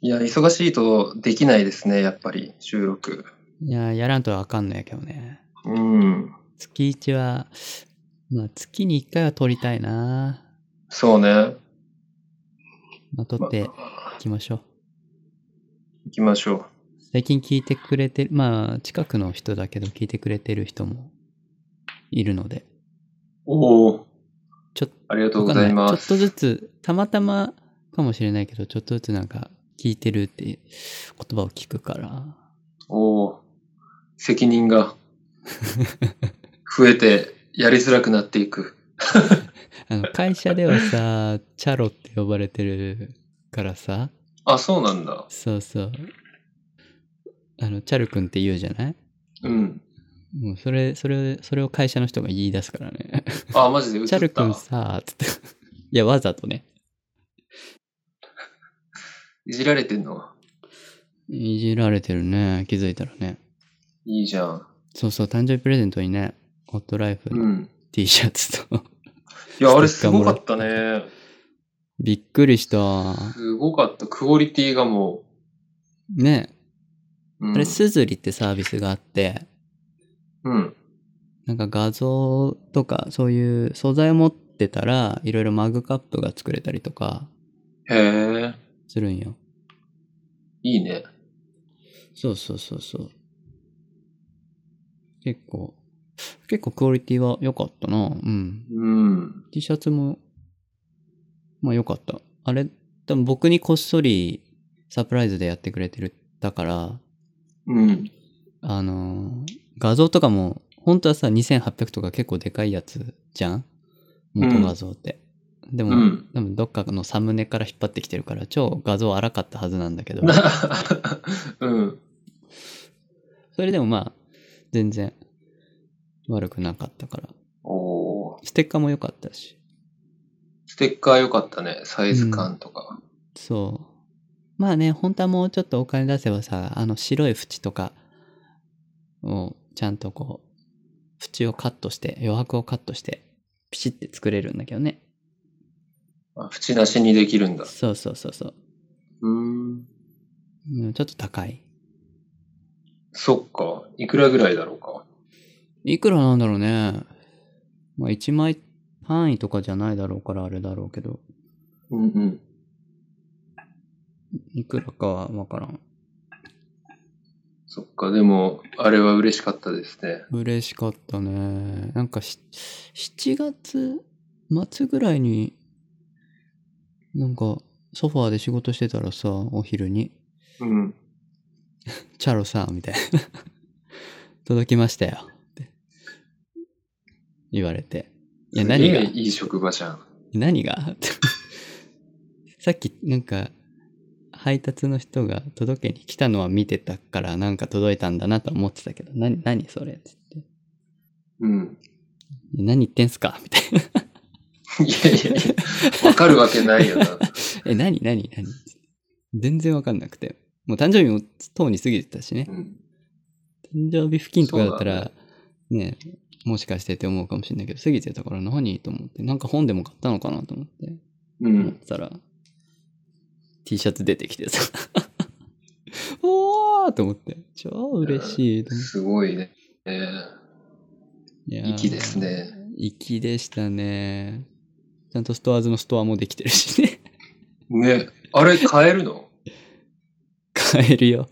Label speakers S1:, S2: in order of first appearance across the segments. S1: いや、忙しいとできないですね、やっぱり、収録。
S2: いや、やらんとあかんのやけどね。
S1: うん。
S2: 月1は、まあ、月に1回は撮りたいな。
S1: そうね。
S2: まあ、撮っていきましょう。
S1: 行きましょ
S2: 最近聞いてくれてる、まあ、近くの人だけど聞いてくれてる人もいるので、
S1: う。おお。
S2: ちょっと、
S1: ありがとうございま
S2: わかんな
S1: す。
S2: ちょっとずつ、たまたまかもしれないけど、ちょっとずつなんか、聞いてるっていう言葉を聞くから、
S1: おお。責任が増えて、やりづらくなっていく。
S2: あの、会社ではさ、 チャロって呼ばれてるからさ、
S1: あ、そうなんだ。
S2: そうそう。あの、チャル君って言うじゃない
S1: うん。
S2: もうそれ、それ、それを会社の人が言い出すからね。
S1: あ、マジで映っ
S2: チャル
S1: た
S2: 君。さ、つって。 いや、わざとね。
S1: いじられてんの
S2: いじられてるね。気づいたらね。
S1: いいじゃん。
S2: そうそう、誕生日プレゼントにね、ホットライフ
S1: う
S2: の
S1: ん。
S2: T シャツと、
S1: いや、あれすごかったね。
S2: びっくりした。
S1: すごかった。クオリティがも
S2: ね。
S1: う。うん、
S2: あれ、スズリってサービスがあって、
S1: うん。
S2: なんか画像とか、そういう素材を持ってたら、いろいろマグカップが作れたりとか
S1: へえ。
S2: するんよ。
S1: いいね。
S2: そうそうそうそう。結構、結構クオリティは良かったな。うん。
S1: うん。
S2: T シャツも、まあ良かった。あれ、多分僕にこっそりサプライズでやってくれてる、だから、
S1: うん。
S2: あのー画像とかも、本当はさ、2800とか結構でかいやつじゃん元画像って。でも、
S1: うん
S2: 多分どっかのサムネから引っ張ってきてるから、超画像荒かったはずなん だけど。
S1: うん。
S2: それでもまあ、全然悪くなかったから。
S1: おー
S2: ステッカーも良かったし。
S1: ステッカー良かったね。サイズ感とか。
S2: そう。まあね、本当はもうちょっとお金出せばさ、あの白い縁とかをちゃんとこう、縁をカットして、余白をカットして、ピシって作れるんだけどね。
S1: あ縁なしにできるんだ。
S2: そうそうそうそう。
S1: うーん。
S2: うんちょっと高い。
S1: そっか。いくらぐらいだろうか。
S2: いくらなんだろうね。まあ1枚単位とかじゃないだろうからあれだろうけど、
S1: うんうん。
S2: いくらかはわからん。
S1: そっか。でも、あれは嬉しかったですね。
S2: 嬉しかったね。なんかし、7月末ぐらいに、なんか、ソファーで仕事してたらさ、お昼に、
S1: うん。
S2: チャロさ、みたいな。 届きましたよ。って言われて。いや、
S1: すげ
S2: 何
S1: え
S2: が
S1: いい職場じゃん。
S2: 何が さっき、なんか、配達の人が届けに来たのは見てたから、なんか届いたんだなと思ってたけど、何、何それつって。
S1: うん。
S2: 何言ってんすかみたいな。
S1: いやいやいや。わかるわけないよな。
S2: え、何何何全然わかんなくて。もう誕生日もとうに過ぎてたしね
S1: う。ん。
S2: 誕生日付近とかだった
S1: そう
S2: ら、ねもしかしてって思うかもしれないけど、過ぎてたから何と思って、なんか本でも買ったのかなと思って、
S1: う
S2: 思っ
S1: ん。
S2: てたら、T シャツ出てきてさ。 おーと思って、超嬉しいと思っ
S1: すごいね。え
S2: て。いや
S1: ー、
S2: ー
S1: 息です。ね。
S2: 粋でしたね。ちゃんとストアーズのストアもできてるしね。
S1: ね。あれ買えるの
S2: 買えるよ。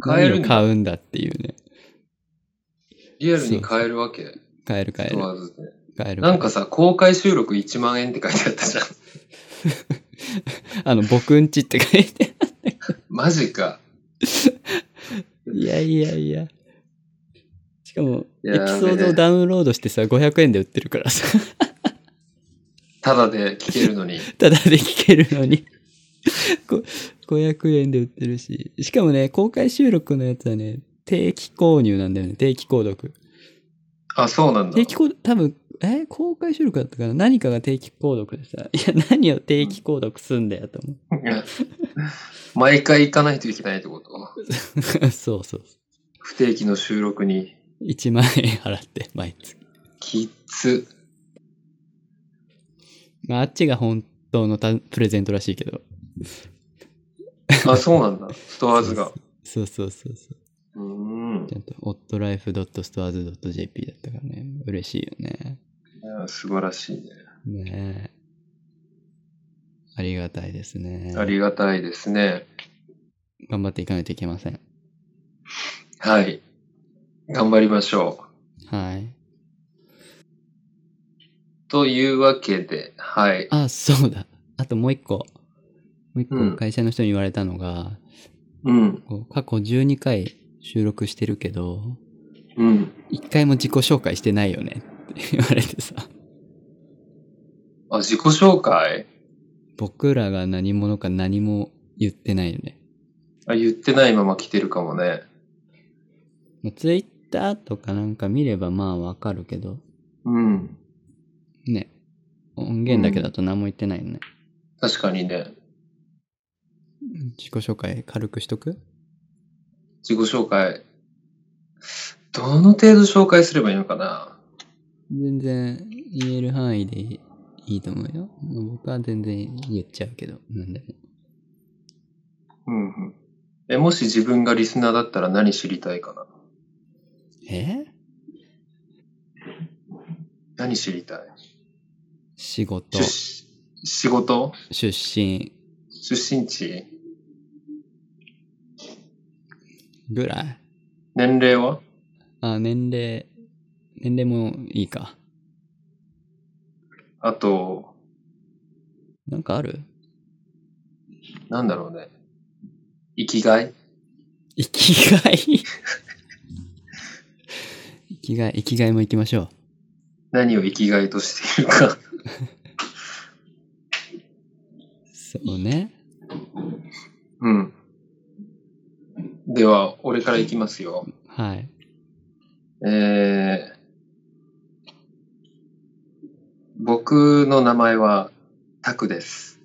S1: 買えるん
S2: 何を
S1: だ
S2: 買うんだっていうね。
S1: リアルに買えるわけ。
S2: 買える買える
S1: 問。わずで。
S2: 買える。
S1: なんかさ、公開収録1万円って書いてあったじゃん。
S2: あの、僕んちって書いて。
S1: マジか。
S2: いやいやいや。しかも、
S1: い
S2: エ
S1: や
S2: ピ
S1: ー
S2: ソードをダウンロードしてさ、500円で売ってるからさ、
S1: ただで聞けるのに。
S2: ただで聞けるのに。こ500円で売ってるし。しかもね、公開収録のやつはね、定期購入なんだよね。定期購読。
S1: あ、そうなんだ。
S2: 定期購多分、え公開収録だったかな何かが定期購読でさ、いや、何を定期購読すんだよと思
S1: 毎回行かないといけないってこと
S2: う。 そうそう。
S1: 不定期の収録に、
S2: 1万円払って、毎月。
S1: キッズ。
S2: まあ、あっちが本当のたプレゼントらしいけど。
S1: あ、そうなん だ。ストアーズが。
S2: そうそうそうそう。
S1: うーん。い
S2: ちゃんと otlife.stores.jp だったからね。嬉しいよね。
S1: や素晴らしいね。
S2: ねえ。ありがたいですね。
S1: ありがたいですね。
S2: 頑張っていかないといけません。
S1: はい。頑張りましょ
S2: はい。
S1: う。というわけで、はい。
S2: あ、そうだ。あともう一個。もう一
S1: う
S2: 個
S1: ん
S2: 会社の人に言われたのが、
S1: うん。
S2: こう過去12回収録してるけど、
S1: うん。
S2: 一回も自己紹介してないよねって言われてさ。
S1: あ、自己紹介
S2: 僕らが何者か何も言ってないよね。
S1: あ、言ってないまま来てるかもね。
S2: ツイッターとかなんか見ればまあわかるけど、
S1: うん。
S2: ね。音源だけだと何も言ってないよね。
S1: 確かにね。
S2: 自己紹介軽くしとく
S1: 自己紹介。どの程度紹介すればいいのかな
S2: 全然言える範囲でいいと思うよ。まあ僕は全然言っちゃうけど、なんだろ
S1: うんうん。え、もし自分がリスナーだったら何知りたいかな
S2: う。え
S1: 何知りたい
S2: 仕事
S1: 出、し仕事
S2: 出身
S1: 出身地
S2: ぐらい。
S1: 年齢は
S2: あ、年齢、年齢もいいか。
S1: あと、
S2: なんかある
S1: なんだろうね。生きがい
S2: 生き がい生きがい、生きがいも行きましょう。
S1: 何を生きがいとしているか。
S2: そうね。
S1: うん。では、俺からいきますよ。
S2: はい。
S1: えー、僕の名前はタクです。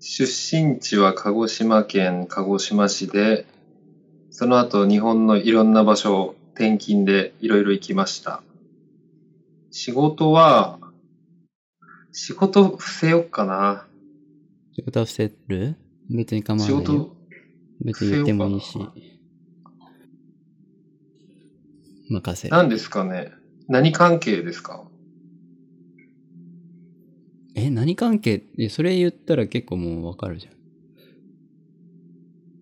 S1: 出身地は鹿児島県鹿児島市で、その後日本のいろんな場所を転勤でいろいろ行きました。仕事は、仕事伏せよっかな。
S2: 仕事は伏せる別に構わ
S1: 仕
S2: ないよ。
S1: 事、
S2: 別に言ってもいいし
S1: 伏せようか。
S2: 任せる。
S1: 何ですかね何関係ですか
S2: え、何関係えそれ言ったら結構もうわかるじゃん。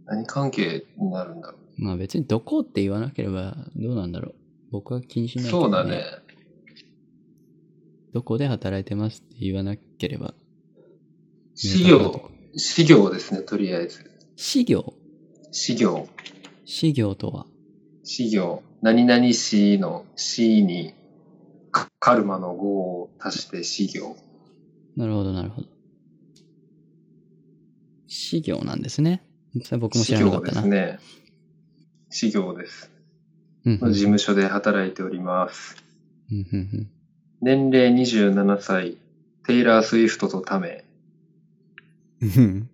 S1: 何関係になるんだろ
S2: まあ別にどこって言わなければどうなんだろう。僕は気にし
S1: う。
S2: ないけど
S1: そうだね。
S2: どこで働いてますって言わなければ。
S1: 資
S2: 明確なと
S1: 料
S2: こ。
S1: 資料ですね、とりあえず。
S2: 私業
S1: 資料。
S2: 私業とは
S1: 資料。何々市の市にカカルマの語を足して資料。
S2: なるほど、なるほど。私業なんですね。それ僕も知
S1: 資
S2: らなか
S1: 料
S2: っ
S1: で
S2: た
S1: す
S2: な。
S1: ね。資料です。
S2: うんうん
S1: の事務所で働いております。
S2: うんうんうん
S1: 年齢27歳。テイラー・スウィフトとタメ。
S2: うん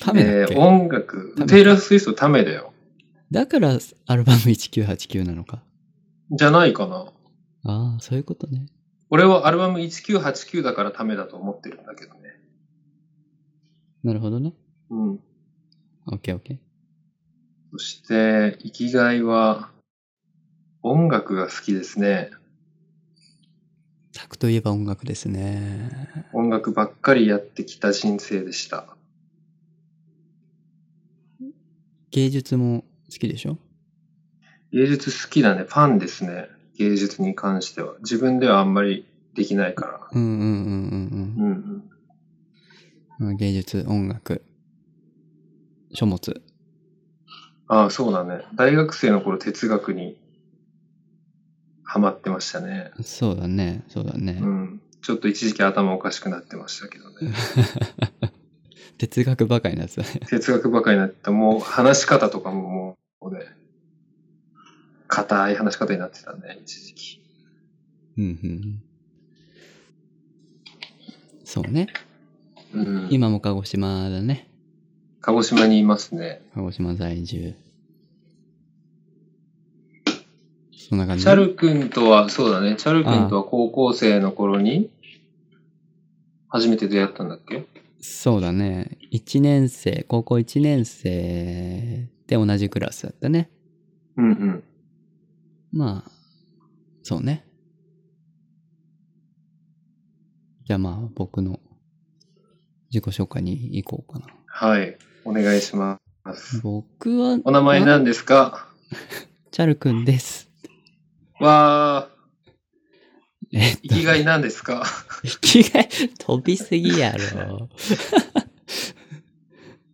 S2: タメだ
S1: え
S2: っけ、
S1: ー、音楽
S2: タ。メ
S1: テイラー・スウィフトタメだよ。
S2: だからアルバム1989なのか。
S1: じゃないかな。
S2: ああ、そういうことね。
S1: 俺はアルバム1989だからタメだと思ってるんだけどね。
S2: なるほどね。
S1: うん。
S2: オッケーオッケー。
S1: そして、生きがいは、音楽が好きですね。
S2: タクといえば音楽ですね。
S1: 音楽ばっかりやってきた人生でした。
S2: 芸術も好きでしょ
S1: 芸術好きだね。ファンですね。芸術に関しては。自分ではあんまりできないから。
S2: うんうんうんう
S1: う
S2: ん
S1: んうん。
S2: うんまあ。芸術、音楽、書物。
S1: ああ、そうだね。大学生の頃哲学にハマってましたね。
S2: そうだね、そうだね。
S1: うん。ちょっと一時期頭おかしくなってましたけどね。
S2: 哲学ばかりなやつだね。
S1: 哲学ばかりになって、もう話し方とかももうね、硬い話し方になってたね、一時期。
S2: うんうん。そうね。
S1: うん、
S2: 今も鹿児島だね。
S1: 鹿児島にいますね。
S2: 鹿児島在住。そんな感じ。
S1: チャル君とは、そうだね、チャル君とは高校生の頃に、初めて出会ったんだっけ
S2: そうだね。1年生、高校1年生で同じクラスだったね。
S1: うんうん。
S2: まあ、そうね。じゃあまあ、僕の自己紹介に行こうかな。
S1: はい。お願いします。
S2: 僕は、
S1: お名前なんですか
S2: チャルくんです。
S1: わー、
S2: えっと
S1: 生きがいなんです か
S2: 生きがい、飛びすぎやろ。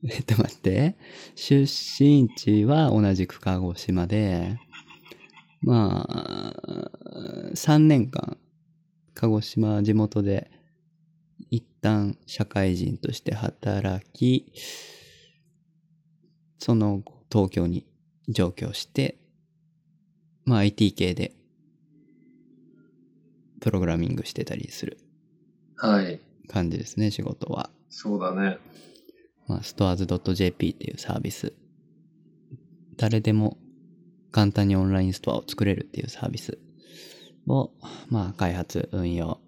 S2: えっと待って。出身地は同じく鹿児島で、まあ、3年間、鹿児島地元で、一旦社会人として働き、その後東京に上京して、まあ IT 系で、プログラミングしてたりする
S1: はい。
S2: 感じですね、仕事は。
S1: そうだね。
S2: まあ、stores.jp っていうサービス。誰でも簡単にオンラインストアを作れるっていうサービスを、まあ、開発、運用、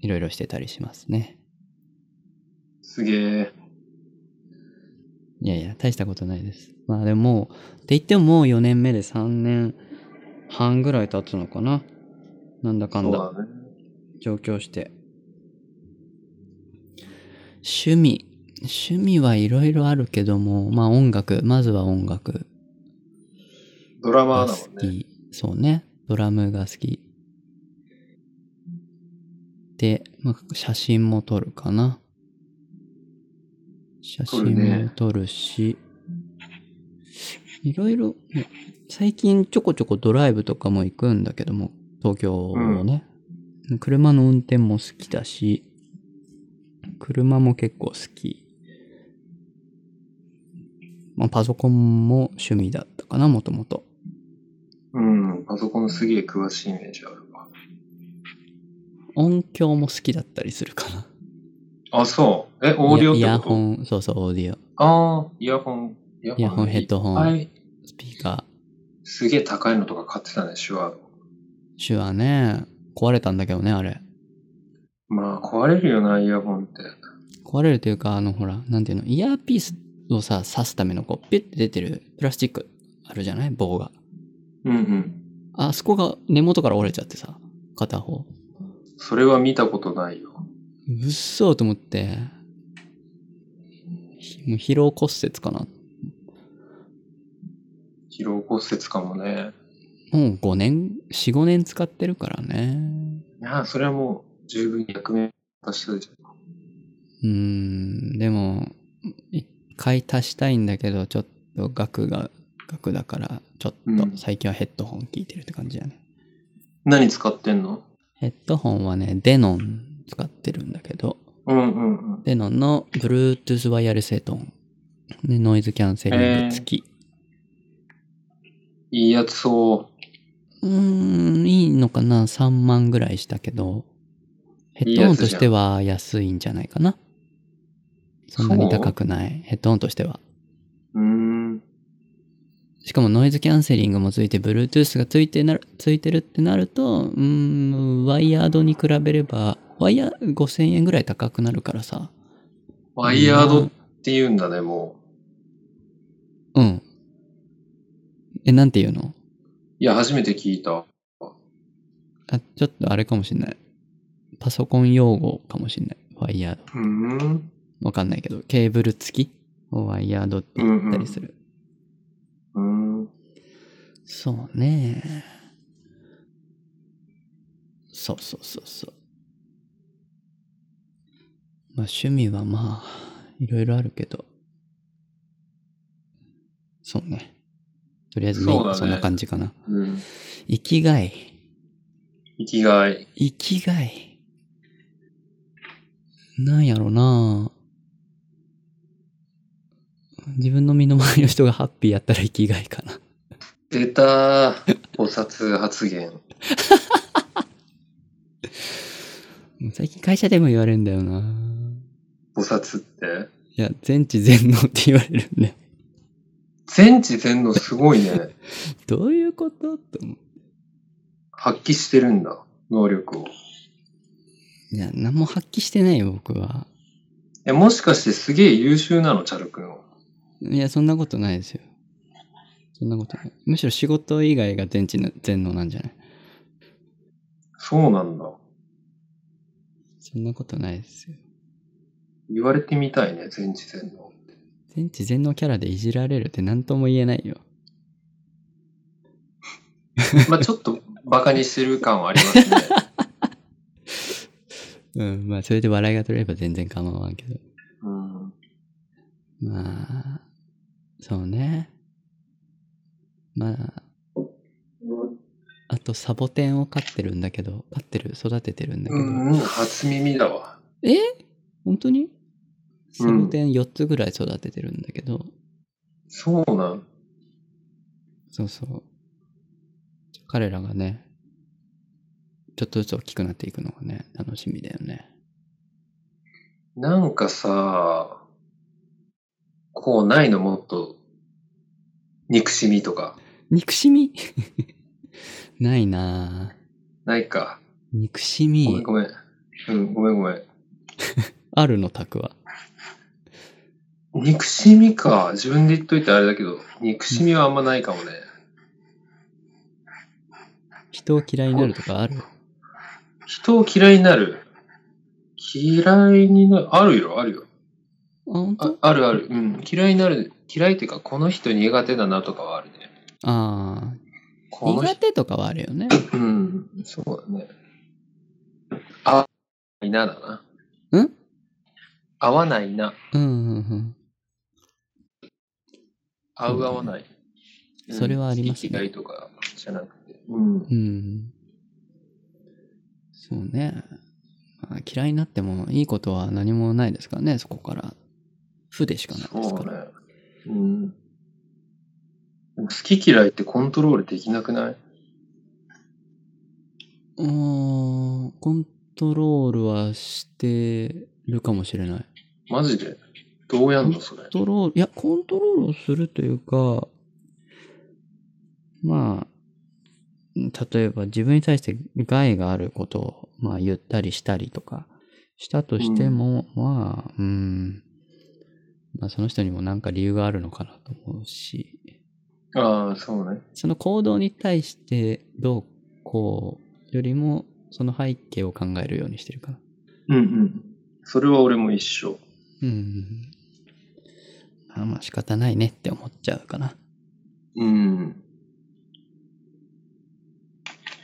S2: いろいろしてたりしますね。
S1: すげえ。
S2: いやいや、大したことないです。まあでも、って言ってももう4年目で3年半ぐらい経つのかな。なんだか
S1: そ
S2: ん
S1: う
S2: だ。
S1: だね。
S2: 上京して。趣味。趣味はいろいろあるけども、まあ音楽、まずは音楽
S1: ドラマ
S2: が
S1: ーだ
S2: 好
S1: もん
S2: き。
S1: ね。
S2: そうね。ドラムが好き。で、まあ、写真も撮るかな。写真も撮るし、いろいろ、ね最近ちょこちょこドライブとかも行くんだけども、東京のね。車の運転も好きだし、車も結構好き。まあ、パソコンも趣味だったかな、もともと。
S1: うん。パソコンすげえ詳しいイメージあるわ。
S2: 音響も好きだったりするかな。
S1: あ、そう。え、オーディオってこと
S2: イヤイヤホン、そうそう、オーディオ。
S1: ああ、イヤホン。イヤ
S2: イヤホン、ヘッドホン、
S1: はい。
S2: スピーカ
S1: すげえ高いのとか買ってたね、手話。
S2: ー。手話ね、壊れたんだけどね、あれ。
S1: まあ、壊れるよな、イヤホンって。
S2: 壊れるというか、あの、ほら、なんていうの、イヤーピースをさ、刺すための、こう、ピュッて出てるプラスチックあるじゃない棒が。
S1: うんうん。
S2: あそこが根元から折れちゃってさ、片方。
S1: それは見たことないよ。
S2: うっそーと思って、ひもう疲労骨折かな。
S1: 疲労骨折かもね。
S2: もう5年、4、5年使ってるからね。
S1: いや、それはもう十分役目果たしてるじゃん。
S2: うーん、でも、一回足したいんだけど、ちょっと額が、額だから、ちょっ
S1: う
S2: と
S1: ん
S2: 最近はヘッドホン聞いてるって感じだね。
S1: 何使ってんの
S2: ヘッドホンはね、デノン使ってるんだけど、
S1: うんうんうん。
S2: デノンの Bluetooth ワイヤレスヘッドホン。で、ノイズキャンセリング付き。
S1: いいやつそう。
S2: うーん、いいのかな ?3 万ぐらいしたけど、ヘッドホンとしては安いんじゃないかな。そんなに高くない。ヘッドホンとしては。
S1: うーん。
S2: しかもノイズキャンセリングもついて、Bluetooth がついてなる、ついてるってなると、うーん、ワイヤードに比べれば、ワイヤー5000円ぐらい高くなるからさ。
S1: ワイヤードって言うんだね、もう。
S2: うん。え、なんていうの
S1: いや、初めて聞いた。
S2: あ、ちょっとあれかもしんない。パソコン用語かもしんない。ワイヤード。
S1: うーん。
S2: わかんないけど、ケーブル付きをワイヤードって言ったりする。
S1: うーん。
S2: そうね。そうそうそうそう。まあ趣味はまあ、いろいろあるけど。そうね。とりあえずメイン
S1: そうだね
S2: そんな感じかな。
S1: うん。
S2: 生きがい。
S1: 生きがい。
S2: 生きがい。なんやろな自分の身の回りの人がハッピーやったら生きがいかな。
S1: 出たー。菩薩発言。
S2: 最近会社でも言われるんだよな
S1: 菩薩って。
S2: いや、全知全能って言われるんだよ。
S1: 全知全能すごいね。
S2: どういうことと思う。
S1: 発揮してるんだ。能力を。
S2: いや、何も発揮してないよ、僕は。
S1: え、もしかしてすげえ優秀なの、チャル君は。
S2: いや、そんなことないですよ。そんなことない。むしろ仕事以外が全知な全能なんじゃない
S1: そうなんだ。
S2: そんなことないですよ。
S1: 言われてみたいね、全知全能。
S2: 全知全能キャラでいじられるって何とも言えないよ。
S1: まあちょっとバカにしてる感はありますね。
S2: うん、まあそれで笑いが取れれば全然構わんけど。
S1: うん。
S2: まあ、そうね。まあ、あとサボテンを飼ってるんだけど、飼ってる、育ててるんだけ
S1: う
S2: ど。
S1: ん、うん初耳だわ。
S2: 本当にサボテン4つぐらい育ててるんだけど、
S1: そうなん。
S2: そうそう。彼らがね、ちょっとずつ大きくなっていくのがね、楽しみだよね。
S1: なんかさ、こうないのもっと、憎しみとか。
S2: 憎しみ ないなぁ。
S1: ないか。
S2: 憎し
S1: ごめん
S2: み
S1: ご、めん。うん、ごめんごめん。
S2: あるの、拓は。
S1: 憎しみか。自分で言っといてあれだけど、憎しみはあんまないかもね。
S2: 人を嫌いになるとかある
S1: 人を嫌いになる。嫌いになる。あるよ、あるよ。
S2: あ、本
S1: あ
S2: 当
S1: あるある。うん。嫌いになる。嫌いっていうか、この人苦手だなとかはあるね。
S2: ああ。
S1: この
S2: 苦
S1: 人、
S2: 手とかはあるよね。
S1: うん。そうだね。合わないなだな。
S2: ん
S1: 合わないな。
S2: うんうん
S1: 合う合わない。
S2: うんそれはありますね
S1: ね。嫌いとかじゃなくて。うん
S2: うん。。うん。そうね。まあ嫌いになってもいいことは何もないですからね、そこから。負でしかない
S1: そ
S2: ですか
S1: う
S2: ら。
S1: ね。うん。でも好き嫌いってコントロールできなくないう
S2: ーん、コントロールはしてるかもしれない。
S1: マジでどうやんのそれ。
S2: コントロール、いや、コントロールをするというか、まあ、例えば自分に対して害があることを、まあ、言ったりしたりとか、したとしても、まあ、うん、まあ、その人にも何か理由があるのかなと思うし、
S1: ああ、そうね。
S2: その行動に対してどうこうよりも、その背景を考えるようにしてるかな。
S1: うんうん。それは俺も一緒。
S2: うん。まあまあ仕方ないねって思っちゃうかな。
S1: うん。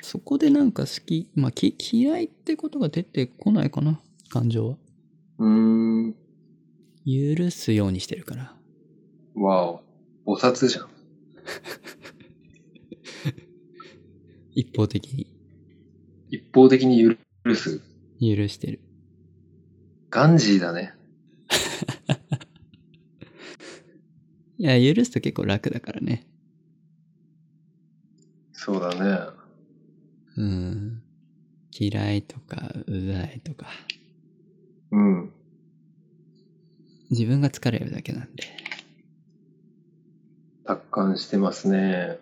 S2: そこでなんか好き、まあき嫌いってことが出てこないかな、感情は。
S1: うーん。
S2: 許すようにしてるから。
S1: わお。菩薩じゃん。
S2: 一方的
S1: 一方的に許す。
S2: に許してる。
S1: ガンジーだね。
S2: いや、許すと結構楽だからね。
S1: そうだね。
S2: うん。嫌いとか、うざいとか。
S1: うん。
S2: 自分が疲れるだけなんで。
S1: 達観してますね。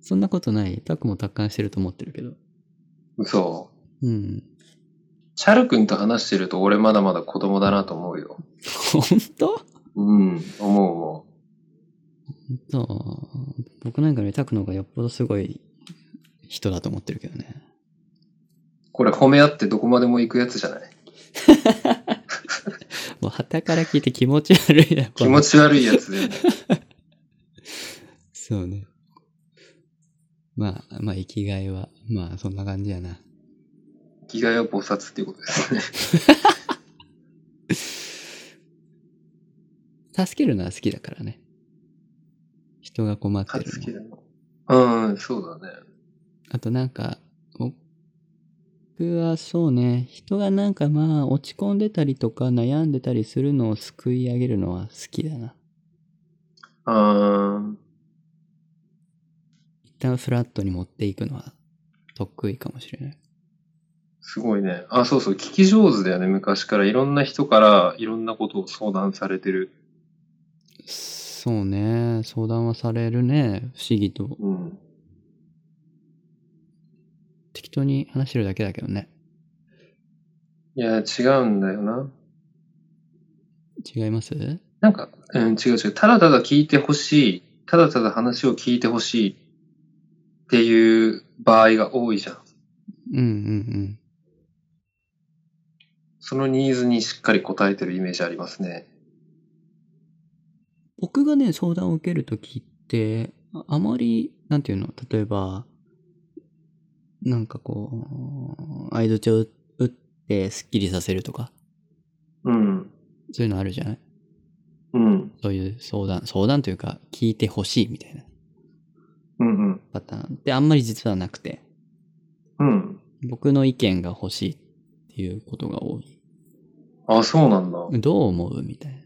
S2: そんなことない。タクも達観してると思ってるけど。
S1: 嘘。
S2: うん。
S1: チャル君と話してると俺まだまだ子供だなと思うよ。
S2: 本当
S1: うん。思う思
S2: そう。僕なんかよりタクの方がよっぽどすごい人だと思ってるけどね。
S1: う。これ褒め合ってどこまでも行くやつじゃない
S2: もう旗から聞いて気持ち悪いな。こ
S1: 気
S2: れ
S1: 持ち悪いやつだよね。
S2: そうね。まあ、まあ、生きがいは、まあ、そんな感じやな。
S1: 生きがいは菩薩っていうことです ね。
S2: 助けるのは好きだからね。人が困って
S1: 好
S2: るの
S1: きだの。うん、そうだね。
S2: あとなんか、僕はそうね、人がなんかまあ、落ち込んでたりとか悩んでたりするのを救い上げるのは好きだな。
S1: あー
S2: 一旦フラットに持っていくのは得意かもしれない。
S1: すごいね。あ、そうそう。聞き上手だよね。昔からいろんな人からいろんなことを相談されてる。
S2: そうね、相談はされるね、不思議と。
S1: うん。
S2: 適当に話してるだけだけどね。
S1: いや、違うんだよな。
S2: 違います
S1: なんか、うん、違う違う。ただただ聞いてほしい。ただただ話を聞いてほしいっていう場合が多いじゃん。
S2: うんうんうん。
S1: そのニーズにしっかり応えてるイメージありますね。
S2: 僕がね、相談を受けるときって、ああまり、なんていうの、例えば、なんかこう、相槌を打ってスッキリさせるとか、
S1: うん。
S2: そういうのあるじゃない
S1: うん。
S2: そういう相談、相談というか、聞いてほしいみたいな
S1: うんうん。
S2: パターンってあんまり実はなくて、
S1: うん。
S2: 僕の意見が欲しいっていうことが多い。
S1: あ、そうなんだ。
S2: どう思うみたいな。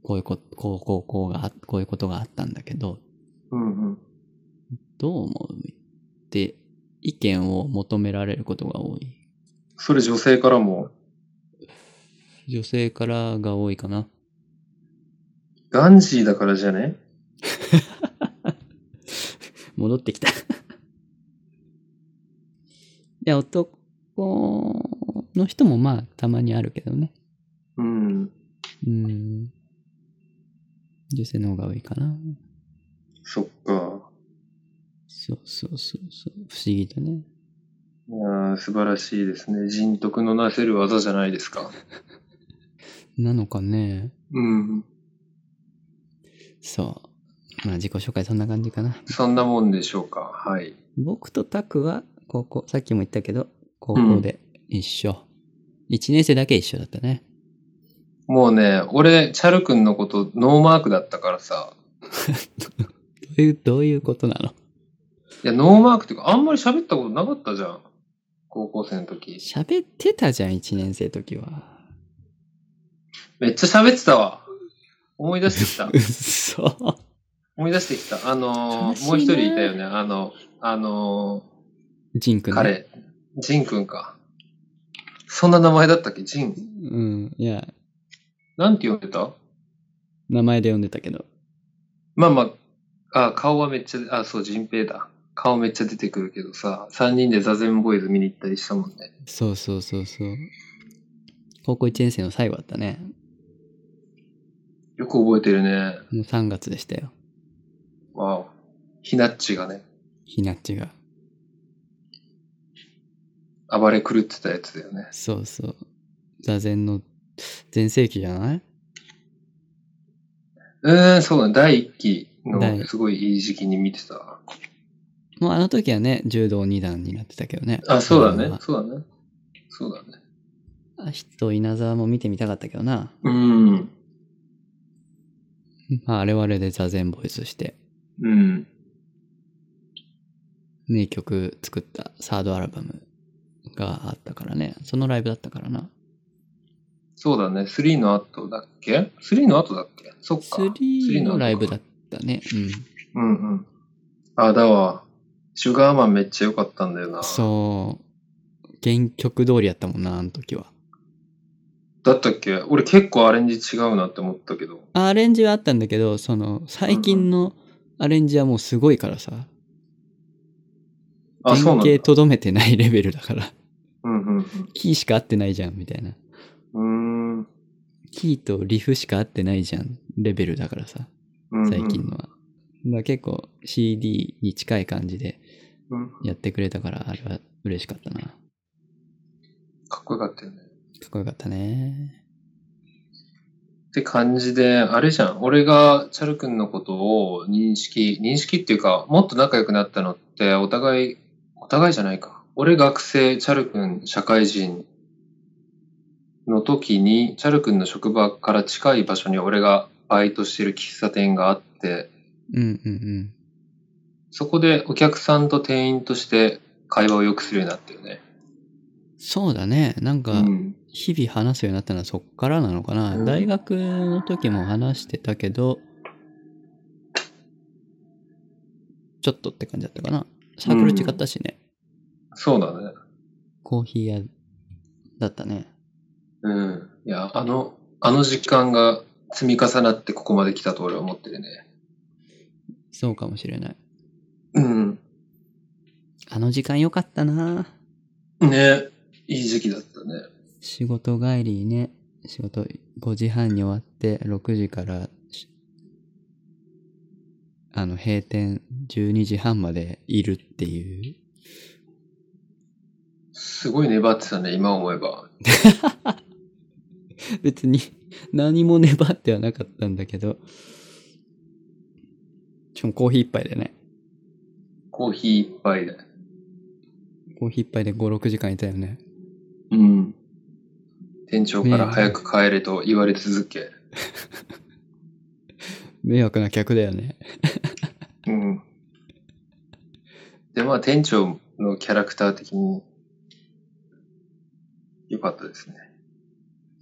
S2: こういうこと、こう、こう、こうがあ、こういうことがあったんだけど、
S1: うんうん。
S2: どう思うって意見を求められることが多い。
S1: それ女性からも、
S2: 女性からが多いかな。
S1: ガンジーだからじゃね
S2: 戻って きた。いや、男の人もまあ、たまにあるけどね。
S1: うん。
S2: うん。女性の方が多いかな。
S1: そっか。
S2: そうそうそうそう。不思議だね。
S1: いやー素晴らしいですね。人徳のなせる技じゃないですか。
S2: なのかね。
S1: うん。
S2: そう。まあ、自己紹介そんな感じかな。
S1: そんなもんでしょうか。はい。
S2: 僕とタクは高校、さっきも言ったけど、高校で一緒。一、年生だけ一緒だったね。
S1: もうね、俺、チャル君のことノーマークだったからさ。
S2: どういう、どういうことなの
S1: いや、ノーマークっていうか、あんまり喋ったことなかったじゃん。高校生の時。
S2: 喋ってたじゃん、一年生時は。
S1: めっちゃ喋ってたわ。思い出してきた
S2: うっ。そ。
S1: 思い出してきた。あの
S2: 悲しい
S1: ー、
S2: な
S1: もう一人いたよね。あの、あの
S2: ジン
S1: ー、
S2: 君、ね。。
S1: 彼。ジン君か。そんな名前だったっけジン。
S2: うん。いや、
S1: なんて呼んでた
S2: 名前で呼んでたけど。
S1: まあまあ、あ顔はめっちゃ、あ、そう、ジンペイだ。顔めっちゃ出てくるけどさ、3人で座禅ボーイズ見に行ったりしたもんね。
S2: そうそうそうそう。高校一年生の最後だったね。
S1: よく覚えてるね。
S2: もう3月でしたよ。
S1: わお。ひなっちがね、
S2: ひなっちが。
S1: 暴れ狂ってたやつだよね。
S2: そうそう。座禅の全盛期じゃないう
S1: ーん、そうだね。第1期
S2: 第
S1: のすごいいい時期に見てた。
S2: もうあの時はね、柔道二段になってたけどね。
S1: あ、そうだ
S2: 自分
S1: ね
S2: は。
S1: そうだね。そうだね。
S2: あ人、稲沢も見てみたかったけどな。
S1: うん。
S2: まあ、あれはあれで座禅ボイスして、
S1: うん。
S2: 名曲作ったサードアルバムがあったからね。そのライブだったからな。
S1: そうだね。3の後だっけ ?3 の後だっけそっか。
S2: 3のライブだ
S1: っ
S2: っ
S1: け。
S2: たね。
S1: うんうん。あ、だわ。シュガーマンめっちゃ良かったんだよ
S2: う
S1: な。
S2: ん。そう。原曲通りやったもんな、あの時は。
S1: だったっけ俺結構アレンジ違うなって思ったけど。
S2: アレンジはあったんだけど、その、最近のアレンジはもうすごいからさ。
S1: あ、
S2: 原
S1: そうなんだ
S2: 型。とどめてないレベルだから。
S1: うんうん
S2: キーしか合ってないじゃん、みたいな。
S1: うん。うーん
S2: キーとリフしか合ってないじゃん、レベルだからさ。
S1: うんうん。
S2: 最近のは。だから結構 CD に近い感じで
S1: うん。
S2: やってくれたから、あれは嬉しかったな。か
S1: かっこよかったよね。
S2: っこよかったね。
S1: って感じで、あれじゃん。俺がチャル君のことを認識、認識っていうか、もっと仲良くなったのって、お互い、お互いじゃないか。俺学生、チャル君社会人の時に、チャル君の職場から近い場所に俺がバイトしてる喫茶店があって、
S2: うんうんうん。
S1: そこでお客さんと店員として会話をよくするようになったよね。
S2: そうだね。なん
S1: う
S2: か、
S1: ん。
S2: 日々話すようになったのはそっからなのかな。
S1: うん
S2: 大学の時も話してたけど、ちょっとって感じだったかな。サークル違ったしね。
S1: そうだね。
S2: コーヒー屋だったね。
S1: うん。いや、あの、あの時間が積み重なってここまで来たと俺は思ってるね。
S2: そうかもしれない。
S1: うん。
S2: あの時間良かったな
S1: ねいい時期だったね。
S2: 仕事帰りね、仕事5時半に終わって、6時からし、あの、閉店12時半までいるっていう。
S1: すごい粘ってたね、今思えば。
S2: 別に何も粘ってはなかったんだけど、しかもコーヒー一杯でね。
S1: コーヒー一杯で。
S2: コーヒー一杯で5、6時間いたよね。
S1: うん。店長から早く帰れと言われ続け。
S2: 迷惑な客だよね。
S1: うん。で、まあ店長のキャラクター的に良かったですね。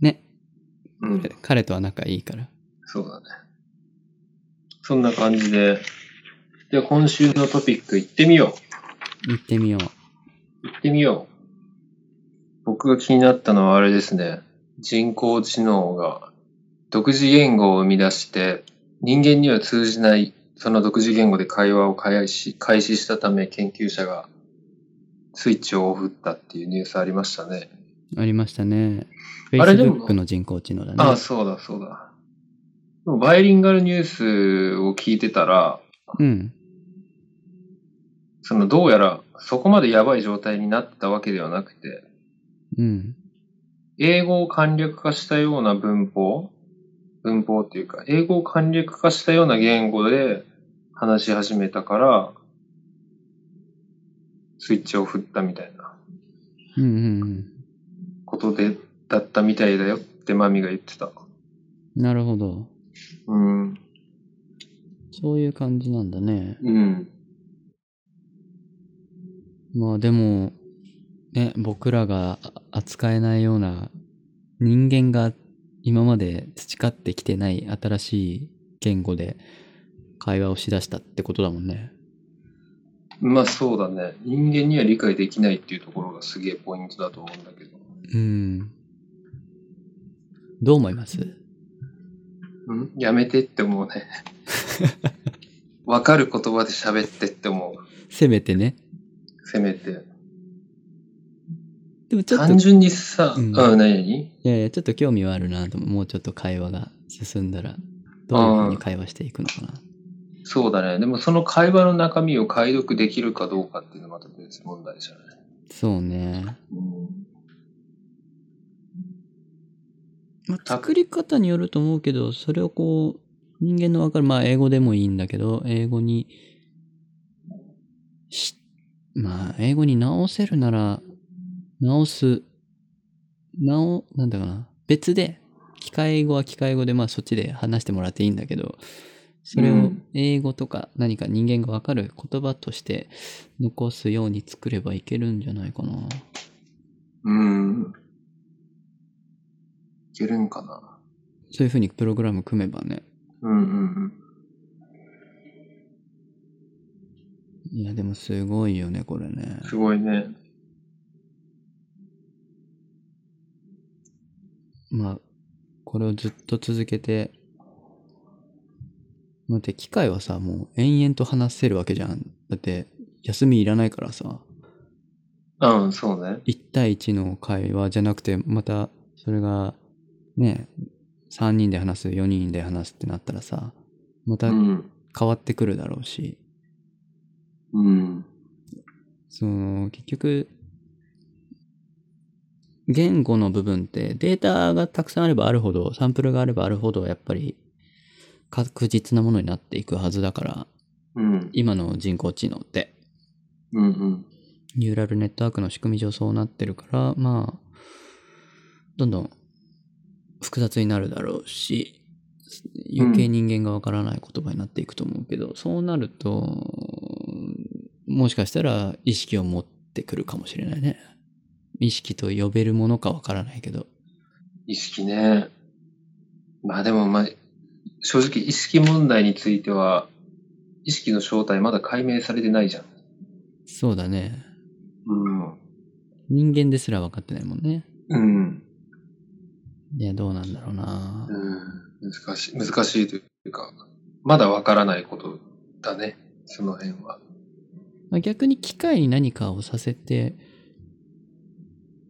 S2: ね。
S1: うん。
S2: 彼とは仲いいから。
S1: そうだね。そんな感じで。では今週のトピック行ってみよ
S2: 行ってみよう。
S1: う。行ってみよう。僕が気になったのはあれですね。人工知能が独自言語を生み出して、人間には通じない、その独自言語で会話を開始開始したため研究者がスイッチをオフったっていうニュースありましたね。
S2: ありましたね。
S1: あれでも
S2: Facebook の人工知能だね。
S1: ああ、そうだそうだ。でもバイリンガルニュースを聞いてたら、
S2: うん。
S1: そのどうやらそこまでやばい状態になってたわけではなくて、
S2: うん。
S1: 英語を簡略化したような文法文法っていうか、英語を簡略化したような言語で話し始めたから、スイッチを振ったみたいな
S2: うんうんうん。
S1: ことで、だったみたいだよってマミが言ってた。
S2: なるほど。
S1: うん。
S2: そういう感じなんだね。
S1: うん。
S2: まあでも、ね、僕らが扱えないような、人間が今まで培ってきてない新しい言語で会話をしだしたってことだもんね。
S1: まあそうだね。人間には理解できないっていうところがすげえポイントだと思うんだけど。
S2: うん。どう思います
S1: うんやめてって思う ね。わかる言葉で喋ってって思う。
S2: せめてね。
S1: せめて。
S2: でもちょっと
S1: 単、純にさ、
S2: う
S1: うんん、何何
S2: いやいや、ちょっと興味はあるなと、もうちょっと会話が進んだら、どういうふうに会話していくのかな。
S1: そうだね。でもその会話の中身を解読できるかどうかっていうのはまた別問題じゃない。
S2: そうね。
S1: うん。
S2: まあ、
S1: た
S2: 作り方によると思うけど、それをこう、人間のわかる、まあ英語でもいいんだけど、英語に、し、まあ英語に直せるなら、直す、直、なんだかな、別で、機械語は機械語で、まあそっちで話してもらっていいんだけど、それ
S1: う
S2: を
S1: ん
S2: 英語とか何か人間がわかる言葉として残すように作ればいけるんじゃないかな。
S1: うん。いけるんかな。
S2: そういうふうにプログラム組めばね。
S1: うんうん
S2: いや、でもすごいよね、これね
S1: うん。。すごいね。
S2: まあ、これをずっと続けて、待って、機械はさ、もう延々と話せるわけじゃん。だって、休みいらないからさ、
S1: うん、そうね。
S2: 1対1の会話じゃなくて、また、それが、ね、3人で話す、4人で話すってなったらさ、ま
S1: う
S2: た
S1: ん。
S2: 変わってくるだろうし、
S1: うん。
S2: その、結局、言語の部分ってデータがたくさんあればあるほど、サンプルがあればあるほど、やっぱり確実なものになっていくはずだから、
S1: うん。
S2: 今の人工知能って、
S1: うんうん。
S2: ニューラルネットワークの仕組み上そうなってるから、まあ、どんどん複雑になるだろうし、余計人間がわからない言葉になっていくと思うけど、そうなると、もしかしたら意識を持ってくるかもしれないね。意識と呼べるものかわからないけど。
S1: 意識ね。まあでも、まあ、正直意識問題については、意識の正体まだ解明されてないじゃん。
S2: そうだね。
S1: うん。
S2: 人間ですら分かってないもんね。
S1: うん。
S2: いや、どうなんだろうな。
S1: うん。難しい、難しいというか、まだわからないことだね。その辺は。
S2: まあ、逆に機械に何かをさせて、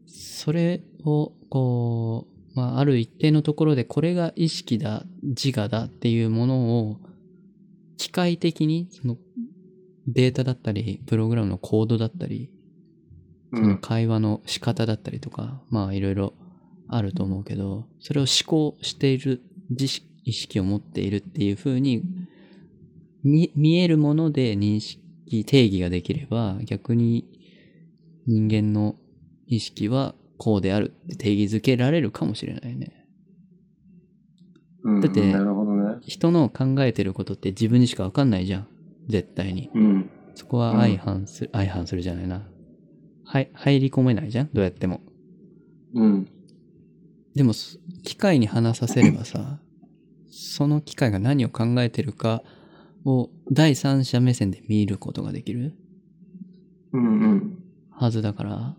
S2: それをこう、まあ、ある一定のところでこれが意識だ、自我だっていうものを機械的にそのデータだったり、プログラムのコードだったり、
S1: う
S2: その
S1: ん。
S2: 会話の仕方だったりとか、まあいろいろあると思うけど、それを思考している、自識意識を持っているっていう風に、見見えるもので認識、定義ができれば、逆に人間の意識はこうであるって定義づけられるかもしれないね。
S1: うん、
S2: だって
S1: なるほどね。
S2: 人の考えてることって自分にしかわかんないじゃん。絶対に。
S1: うん。
S2: そこは相反する、相反するじゃないな。はい、入り込めないじゃんどうやっても。
S1: うん。
S2: でもそ機械に話させればさその機械が何を考えてるかを第三者目線で見ることができる
S1: うんうん。
S2: はずだから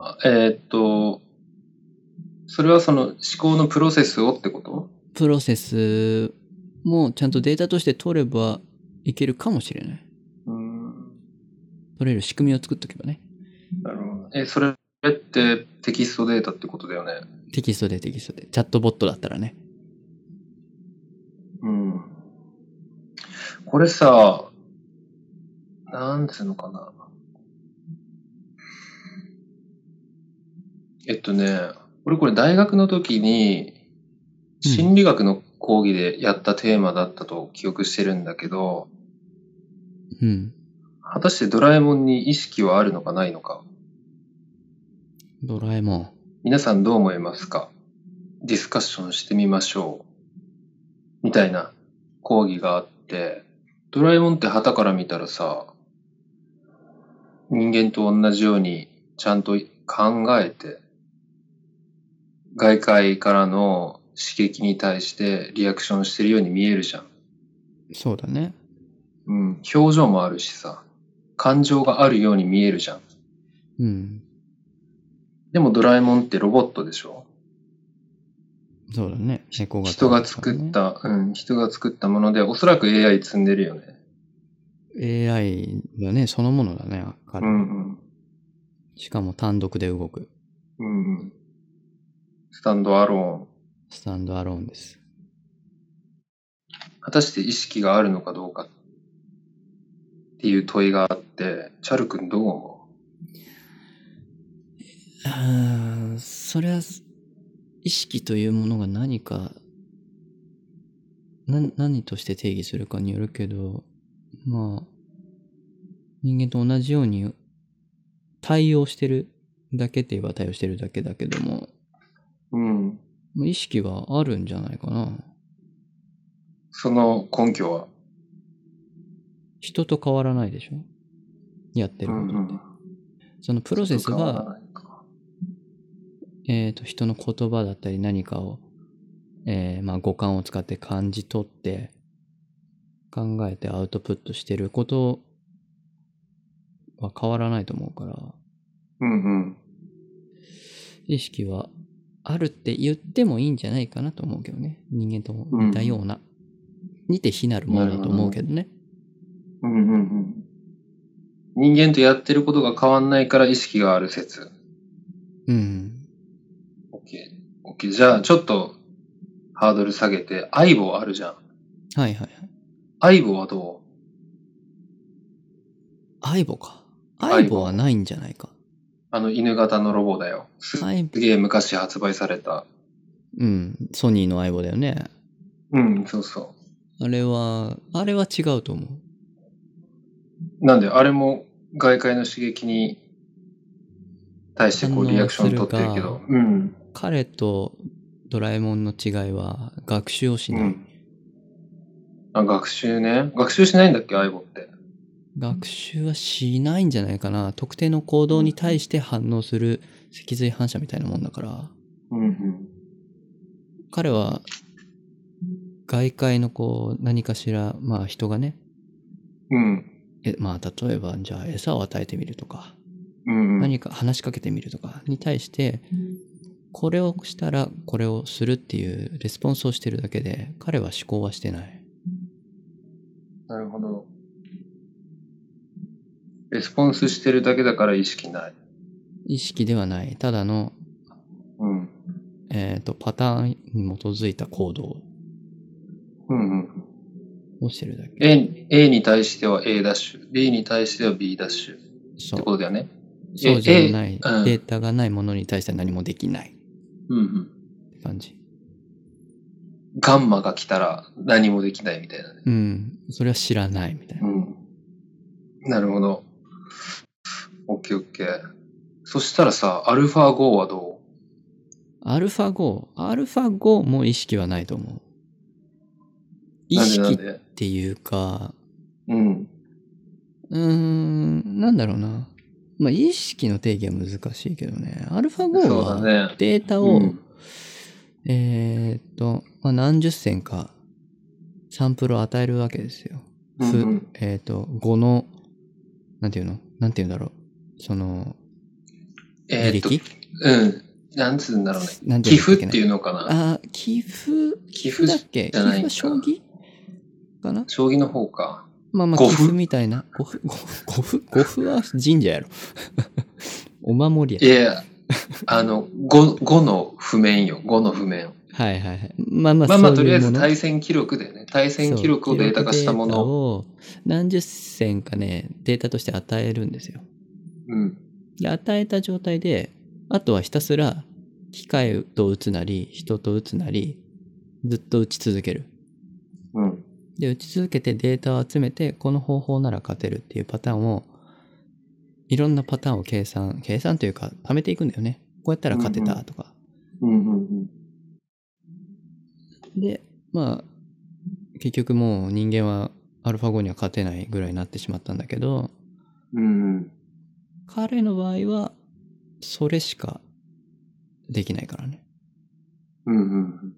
S1: あえーっと、それはその思考のプロセスをってこと
S2: プロセスもちゃんとデータとして取ればいけるかもしれない
S1: うん。
S2: 取れる仕組みを作っとけばね
S1: なるほど。え、それってテキストデータってことだよね。
S2: テキストでテキストでチャットボットだったらね
S1: うん。これさ、なんつうのかな。えっとね、俺これ大学の時に、
S2: うん
S1: 心理学の講義でやったテーマだったと記憶してるんだけど、
S2: うん
S1: 果たしてドラえもんに意識はあるのかないのか。
S2: ドラえもん
S1: 皆さんどう思いますかディスカッションしてみましょう。みたいな講義があって、ドラえもんって旗から見たらさ、人間と同じようにちゃんと考えて、外界からの刺激に対してリアクションしてるように見えるじゃん。
S2: そうだね
S1: うん、表情もあるしさ、感情があるように見えるじゃん。
S2: うん
S1: でもドラえもんってロボットでしょ
S2: そうだね猫型
S1: 人が作った、うん、人が作ったもので、おそらく AI 積んでるよね。
S2: AI だねそのものだね
S1: う
S2: 彼
S1: んうん。
S2: しかも単独で動く
S1: うんうん。スタンドアロ
S2: スタンドアローンです。
S1: ーン。果たして意識があるのかどうかっていう問いがあって、チャル君どう思
S2: あーそれは、意識というものが何か、な、何として定義するかによるけど、まあ、人間と同じように対応してるだけって言えば対応してるだけだけども、
S1: ううん。
S2: まあ意識はあるんじゃないかな。
S1: その根拠は。
S2: 人と変わらないでしょやってることって。そのプ
S1: プ
S2: ロセスが、えー、と人の言葉だったり何かを、えーまあ、五感を使って感じ取って考えてアウトプットしてることは変わらないと思うから
S1: うんうん。
S2: 意識はあるって言ってもいいんじゃないかなと思うけどね人間と似たような、似て非なるものだと思うけどね
S1: うんうんうん。人間とやってることが変わんないから意識がある説。
S2: うん
S1: オッケー。オッケー。じゃあ、ちょっとハードル下げて、相棒あるじゃん。
S2: はいはいはい
S1: 相棒はどう
S2: 相棒か
S1: 相棒
S2: 相棒はないんじゃないか
S1: あの犬型のロボだよ。す
S2: 相棒
S1: すげえ昔発売された。
S2: うんソニーの相棒だよね
S1: うん、そうそ
S2: あれはあれは違うと思う
S1: う。なんで、あれも外界の刺激に対してこうリアクション取ってるけ
S2: 反
S1: ど
S2: 応。
S1: うん。
S2: 彼とドラえもんの違いは学習をし
S1: う
S2: ない、
S1: ん。あ、学習ね。学習しないんだっけ、相棒って。
S2: 学習はしないんじゃないかな特定の行動に対して反応する脊髄反射みたいなもんだから
S1: うんうん。
S2: 彼は外界のこう何かしらまあ人がね
S1: うん。
S2: えまあ例えばじゃあ餌を与えてみるとか
S1: うん、うん。
S2: 何か話しかけてみるとかに対してこれをしたらこれをするっていうレスポンスをしてるだけで彼は思考はしてない
S1: なるほど。レスポンスしてるだけだから意識ない。
S2: 意識ではないただの
S1: うん。
S2: ええっ、と、パターンに基づいた行動
S1: うんうん。
S2: をしてるだけ。
S1: A, A に対しては A ダッシュ、B に対しては B ダッシュっ
S2: そ
S1: て
S2: う
S1: こ。とだよね。
S2: そうじゃない、
S1: えうん
S2: データがないものに対しては何もできないっ
S1: うんうん。
S2: て感じ。
S1: ガンマが来たら何もできないみたいなね。
S2: うん。それは知らないみたいな。
S1: ん。なるほど。オッケーオッケー。そしたらさ、アルファ5はど
S2: アルファ5、アルファ5も意識はないと思う。
S1: う
S2: 意
S1: なんでな
S2: 識
S1: ん
S2: っ
S1: で
S2: ていうか、
S1: うん。
S2: うーん、なんだろうな。まあ、意識の定義は難しいけどね。アルファ5
S1: そうだ
S2: は
S1: ね。
S2: データ
S1: う
S2: を、
S1: ん
S2: えーっと、まあ、何十選かサンプルを与えるわけですよ。
S1: うん
S2: ふ
S1: うん
S2: えっ、と、5の、なんていうのなんていうんだろう。その、
S1: え
S2: 履
S1: ーっと、
S2: 歴、
S1: うん。なんつうんだろうね。
S2: なんて
S1: 寄
S2: いうんだっけ
S1: 付っていうのかな
S2: あー、寄付、寄
S1: 寄
S2: 付
S1: 付
S2: だっけ
S1: じ
S2: 寄
S1: ゃない
S2: 付
S1: ん
S2: は
S1: か
S2: 将棋かな
S1: 将棋の方か。
S2: まあまあ、
S1: ご
S2: 寄
S1: ふ
S2: 付みたいな。ごふ、ごふ、ごふ、ごふは神社やろ。 お守
S1: い
S2: りや。
S1: や、あの、5、5の譜面よ。5の譜面。
S2: はいはいはい。まあまあ、
S1: まあまあ、
S2: そ
S1: と
S2: ういう
S1: りあえ
S2: も
S1: ず
S2: の
S1: 対戦記録だよね。対戦記録をデータ化したも
S2: そう記
S1: の。
S2: 録データを何十選かね、データとして与えるんですよ。
S1: うん。
S2: で、与えた状態で、あとはひたすら、機械と打つなり、人と打つなり、ずっと打ち続ける。
S1: うん。
S2: で、打ち続けてデータを集めて、この方法なら勝てるっていうパターンを、いろんなパターンを計算、計算というか、貯めていくんだよね。こうやったら勝てたとか。
S1: うんうんうん。
S2: で、まあ、結局もう人間はアルファ5には勝てないぐらいになってしまったんだけど、
S1: うんうん。
S2: 彼の場合は、それしかできないからね。
S1: うんうんうん。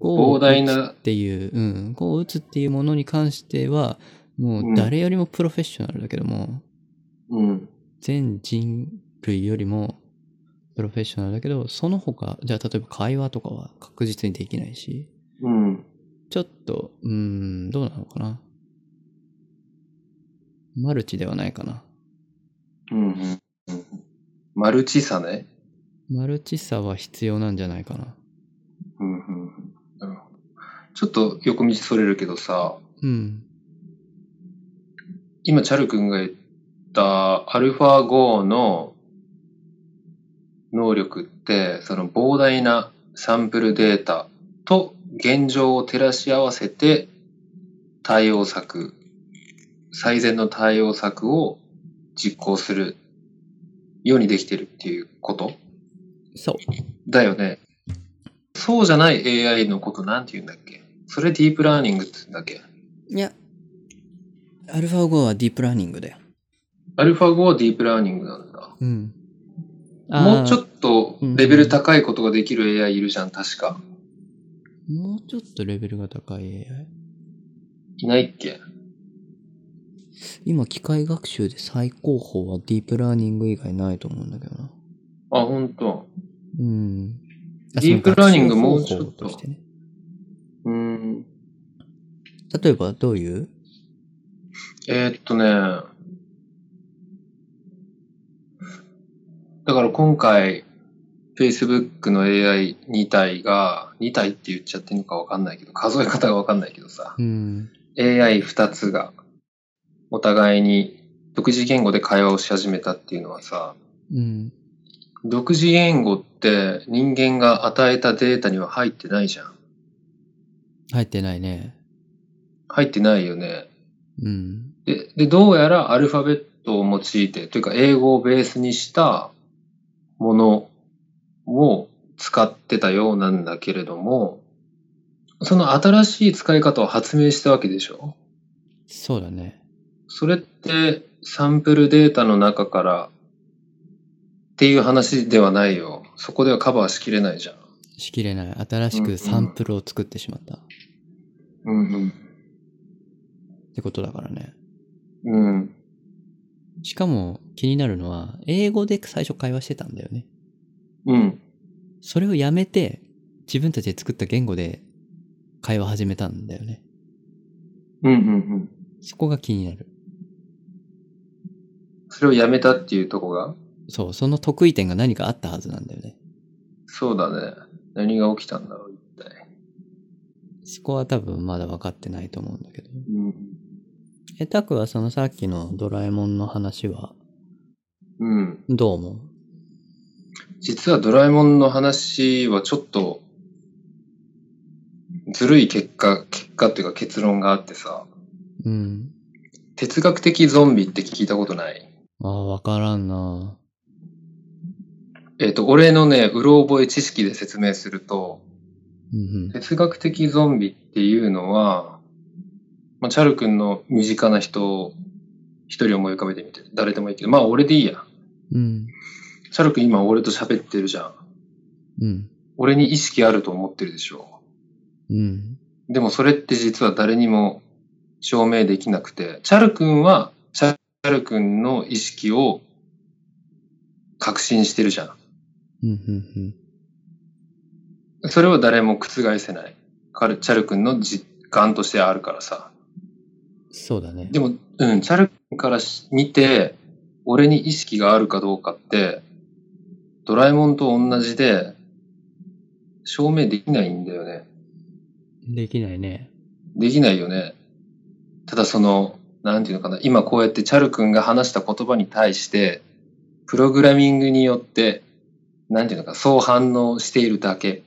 S2: 5
S1: 膨大な
S2: っていう、うん、5を打つっていうものに関しては、もう誰よりもプロフェッショナルだけども、
S1: うん。
S2: 全人類よりもプロフェッショナルだけど、その他、じゃあ例えば会話とかは確実にできないし、
S1: うん。
S2: ちょっと、うーん、どうなのかな。マルチではないかな。
S1: うん。うんマルチさね。
S2: マルチさは必要なんじゃないかな。
S1: うんうんなるほどちょっと横道それるけどさ、
S2: うん。
S1: 今、チャル君が言ったアルファ5の能力って、その膨大なサンプルデータと現状を照らし合わせて対応策、最善の対応策を実行するようにできてるっていうこと
S2: そう。
S1: だよね。そうじゃない AI のことなんて言うんだっけそれディープラーニングって言うんだっけ
S2: いや、アルファ5はディープラーニングだよ。
S1: アルファ5はディープラーニングなんだ。
S2: うん。
S1: もうちょ
S2: と。
S1: っとレベル高いことができる AI いるじゃん、確か。
S2: もうちょっとレベルが高い AI。
S1: いないっけ
S2: 今、機械学習で最高峰はディープラーニング以外ないと思うんだけどな。
S1: あ、ほんと。
S2: うん。あ
S1: ディープラーニング
S2: その
S1: もうちょっと
S2: 学習方法してね
S1: うーん。
S2: 例えばどういう
S1: えーっとね。だから今回、Facebook の AI2 体が、2体って言っちゃってるのかわかんないけど、数え方がわかんないけどさ、
S2: うん。
S1: AI2 つが、お互いに独自言語で会話をし始めたっていうのはさ、
S2: うん。
S1: 独自言語って人間が与えたデータには入ってないじゃん。
S2: 入ってないね。
S1: 入ってないよね。
S2: うん。
S1: で、でどうやらアルファベットを用いて、というか英語をベースにしたものを使ってたようなんだけれども、その新しい使い方を発明したわけでしょ
S2: そうだね。
S1: それってサンプルデータの中からっていう話ではないよ。そこではカバーしきれないじゃん。
S2: しきれない。新しくサンプルを作ってしまった。っ
S1: うんうん。
S2: てことだからね。
S1: うん。
S2: しかも気になるのは、英語で最初会話してたんだよね。
S1: うん。
S2: それをやめて、自分たちで作った言語で会話始めたんだよね。
S1: うんうんうん。
S2: そこが気になる。
S1: それをやめたっていうとこが
S2: そう、その得意点が何かあったはずなんだよね。
S1: そうだね。何が起きたんだろう、一体。
S2: そこは多分まだ分かってないと思うんだけど。
S1: うん。
S2: え、タクはそのさっきのドラえもんの話は、
S1: うん。
S2: どう思う
S1: 実はドラえもんの話はちょっと、ずるい結果、結果っていうか結論があってさ、
S2: うん。
S1: 哲学的ゾンビって聞いたことない
S2: ああ、わからんな
S1: えっ、と、俺のね、うろ覚え知識で説明すると、
S2: うん
S1: 哲学的ゾンビっていうのは、まあ、チャル君の身近な人を一人思い浮かべてみて、誰でもいいけど、まあ俺でいいや。
S2: うん。うん。
S1: チャル君今俺と喋ってるじゃん。
S2: うん。
S1: 俺に意識あると思ってるでしょ。
S2: うん。
S1: でもそれって実は誰にも証明できなくて、チャル君はチャル君の意識を確信してるじゃ
S2: うん。うん。
S1: ん。それは誰も覆せない。彼チャル君の実感としてあるからさ。
S2: そうだね。
S1: でも、うん、チャル君からし見て、俺に意識があるかどうかって、ドラえもんと同じで、証明できないんだよね。
S2: できないね。
S1: できないよね。ただその、なんていうのかな、今こうやってチャル君が話した言葉に対して、プログラミングによって、なんていうのか、そう反応しているだけ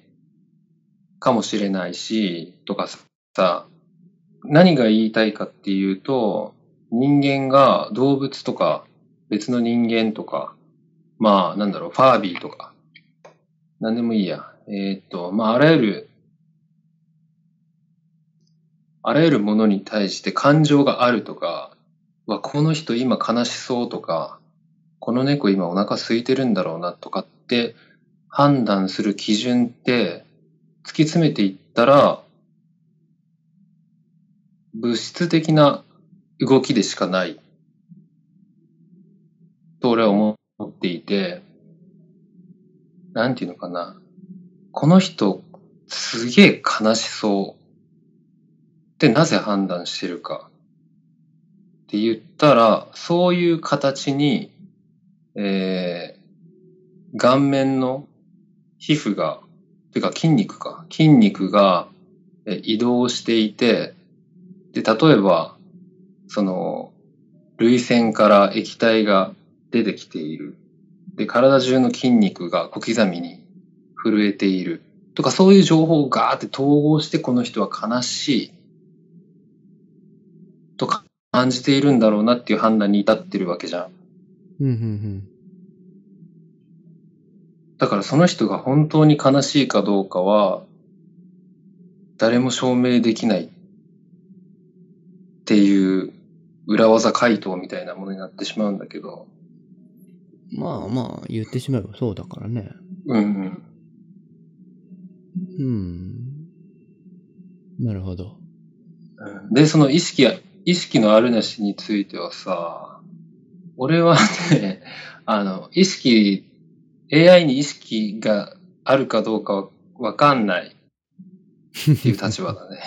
S1: かもしれないし、とかさ、何が言いたいかっていうと、人間が動物とか別の人間とか、まあなんだろう、ファービーとか、なんでもいいや。えーっと、まああらゆるあらゆるものに対して感情があるとか、はこの人今悲しそうとか、この猫今お腹空いてるんだろうなとかって判断する基準って突き詰めていったら、物質的な動きでしかない。と俺は思っていて、なんていうのかな。この人すげえ悲しそう。ってなぜ判断してるかって言ったら、そういう形に、えー、顔面の皮膚が、てか筋肉か、筋肉がえー移動していて、で、例えば、その、涙腺から液体が出てきている。で、体中の筋肉が小刻みに震えている。とか、そういう情報をガーって統合して、この人は悲しい。とか感じているんだろうなっていう判断に至ってるわけじゃん。
S2: うん。うん。
S1: だからその人が本当に悲しいかどうかは、誰も証明できないっていう裏技回答みたいなものになってしまうんだけど、
S2: うん。まあまあ、言ってしまえばそうだからね。
S1: うんうん。
S2: うん。なるほど。
S1: で、その意識や、意識のあるなしについてはさ、俺はね、あの、意識、AI に意識があるかどうかはわかんないっていう立場だね。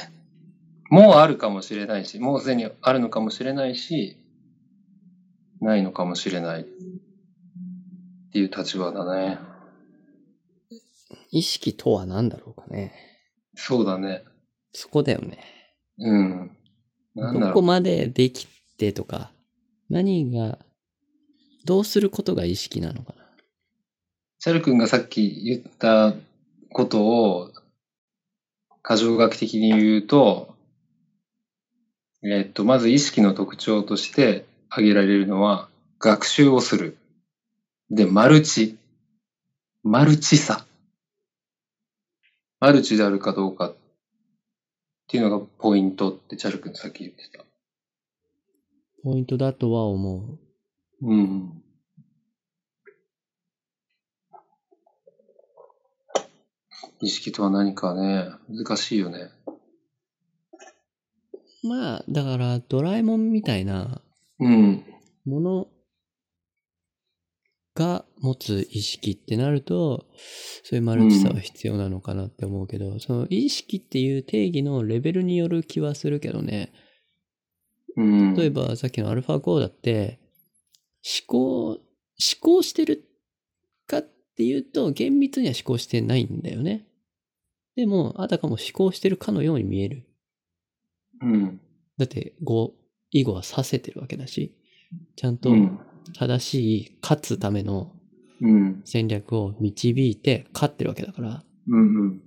S1: もうあるかもしれないし、もうすでにあるのかもしれないし、ないのかもしれないっていう立場だね。
S2: 意識とは何だろうかね。
S1: そうだね。
S2: そこだよね。
S1: うん。なんだ
S2: ど
S1: ろ
S2: こ
S1: う。
S2: までできてとか、何が、どうすることが意識なのかな。
S1: シャル君がさっき言ったことを、過剰学的に言うと、えっと、まず意識の特徴として挙げられるのは、学習をする。で、マルチ。マルチさ。マルチであるかどうかっていうのがポイントってチャル君さっき言ってた。
S2: ポイントだとは思う。
S1: うん。意識とは何かね、難しいよね。
S2: まあ、だから、ドラえもんみたいな
S1: うん。
S2: ものが持つ意識ってなると、そういうマルチさは必要なのかなって思うけど、その意識っていう定義のレベルによる気はするけどね。
S1: うん。
S2: 例えばさっきのアルファ5だって、思考、思考してるかっっていうと、厳密には思考してないんだよね。でも、あたかも思考してるかのように見える。
S1: うん。
S2: だって、語、以後はさせてるわけだし、ちゃんと
S1: うん。
S2: 正しい、勝つための
S1: うん。
S2: 戦略を導いて勝ってるわけだから、思
S1: うん。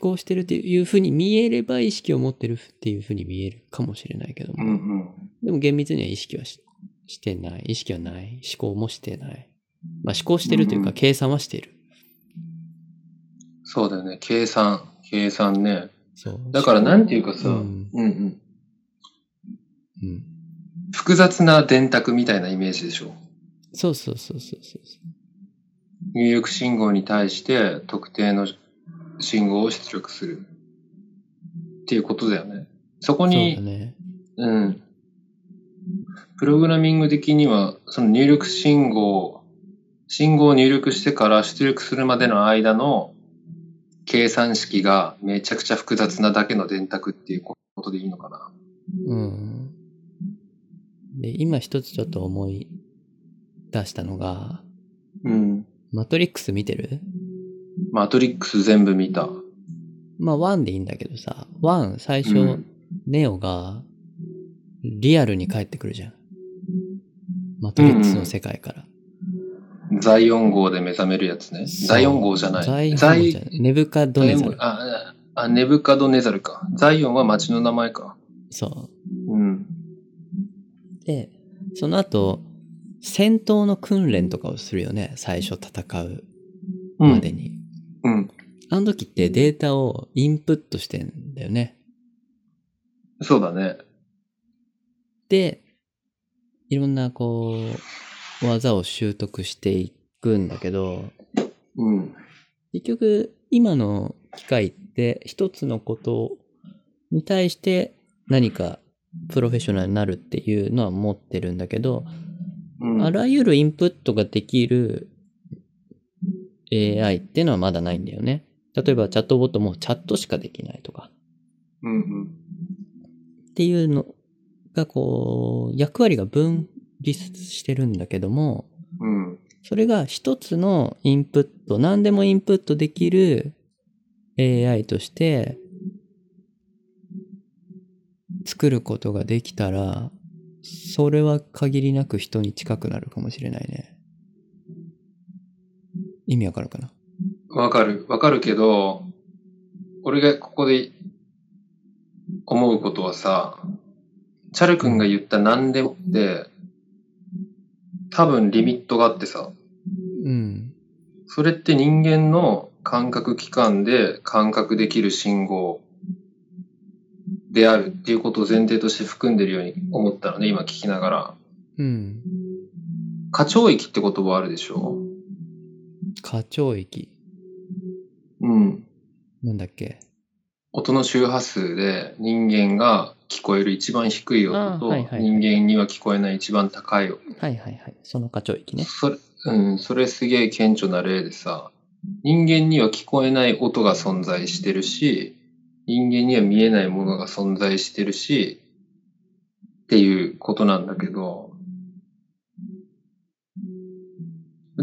S2: 考してるっていうふうに見えれば意識を持ってるっていうふうに見えるかもしれないけど
S1: う
S2: も、
S1: ん。うん。
S2: でも厳密には意識はししてない。意識はない。思考もしてない。まあ思考してるという
S1: うんう
S2: か
S1: ん
S2: 計算はしてる。
S1: そうだよね。計算。計算ね。
S2: そう。
S1: だからなんていうかさ、
S2: う
S1: うんん、うん。
S2: うん。
S1: 複雑な電卓みたいなイメージでしょ。
S2: そうそうそうそうそうそ
S1: 入力信号に対して特定の信号を出力する。っていうことだよね。そこ
S2: う。
S1: に
S2: そうだね。
S1: うん。プログラミング的には、その入力信号、信号を入力してから出力するまでの間の計算式がめちゃくちゃ複雑なだけの電卓っていうことでいいのかな。
S2: うん。で、今一つちょっと思い出したのが、
S1: うん。
S2: マトリックス見てる
S1: マトリックス全部見た。
S2: まあ、ワンでいいんだけどさ、ワン、最
S1: う
S2: 初
S1: ん、
S2: ネオが、リアルに帰ってくるじゃん。マトリックスの世界から。
S1: ザイオン号で目覚めるやつね。ザイオン号じゃない。
S2: ザイオン号じゃない。ネブカドネザ
S1: ザイオン
S2: ル
S1: 号。あ、あ、ネブカドネザルか。ザイオンは町の名前か。
S2: そ
S1: うん。
S2: う。で、その後、戦闘の訓練とかをするよね。最初戦う
S1: う
S2: ま
S1: ん。
S2: でに。
S1: うん。
S2: あの時ってデータをインプットしてんだよね。
S1: そうだね。
S2: で、いろんなこう、技を習得していくんだけど、
S1: うん。
S2: 結局、今の機械って一つのことに対して何かプロフェッショナルになるっていうのは持ってるんだけど、
S1: うん。
S2: あらゆるインプットができる AI っていうのはまだないんだよね。例えばチャットボットもチャットしかできないとか
S1: うんうん。
S2: っていうのがこう、役割が分離してるんだけども、
S1: うん。
S2: それが一つのインプット、何でもインプットできる AI として作ることができたら、それは限りなく人に近くなるかもしれないね。意味わかるかな
S1: わかる。わかるけど、俺がここで思うことはさ、チャル君が言った何でもって、多分リミットがあってさ、
S2: うん。
S1: それって人間の感覚器官で感覚できる信号であるっていうことを前提として含んでるように思ったのね、今聞きながら。
S2: うん。
S1: 過聴域って言葉あるでしょ
S2: 過聴域。
S1: うん。
S2: なんだっけ
S1: 音の周波数で人間が聞こえる一番低い音
S2: あー
S1: と
S2: はいはいはい
S1: 人間には聞こえない一番高い音。
S2: はいはいはい。その過聴域ね。
S1: それ、うん、それすげえ顕著な例でさ、人間には聞こえない音が存在してるし、人間には見えないものが存在してるし、っていうことなんだけど、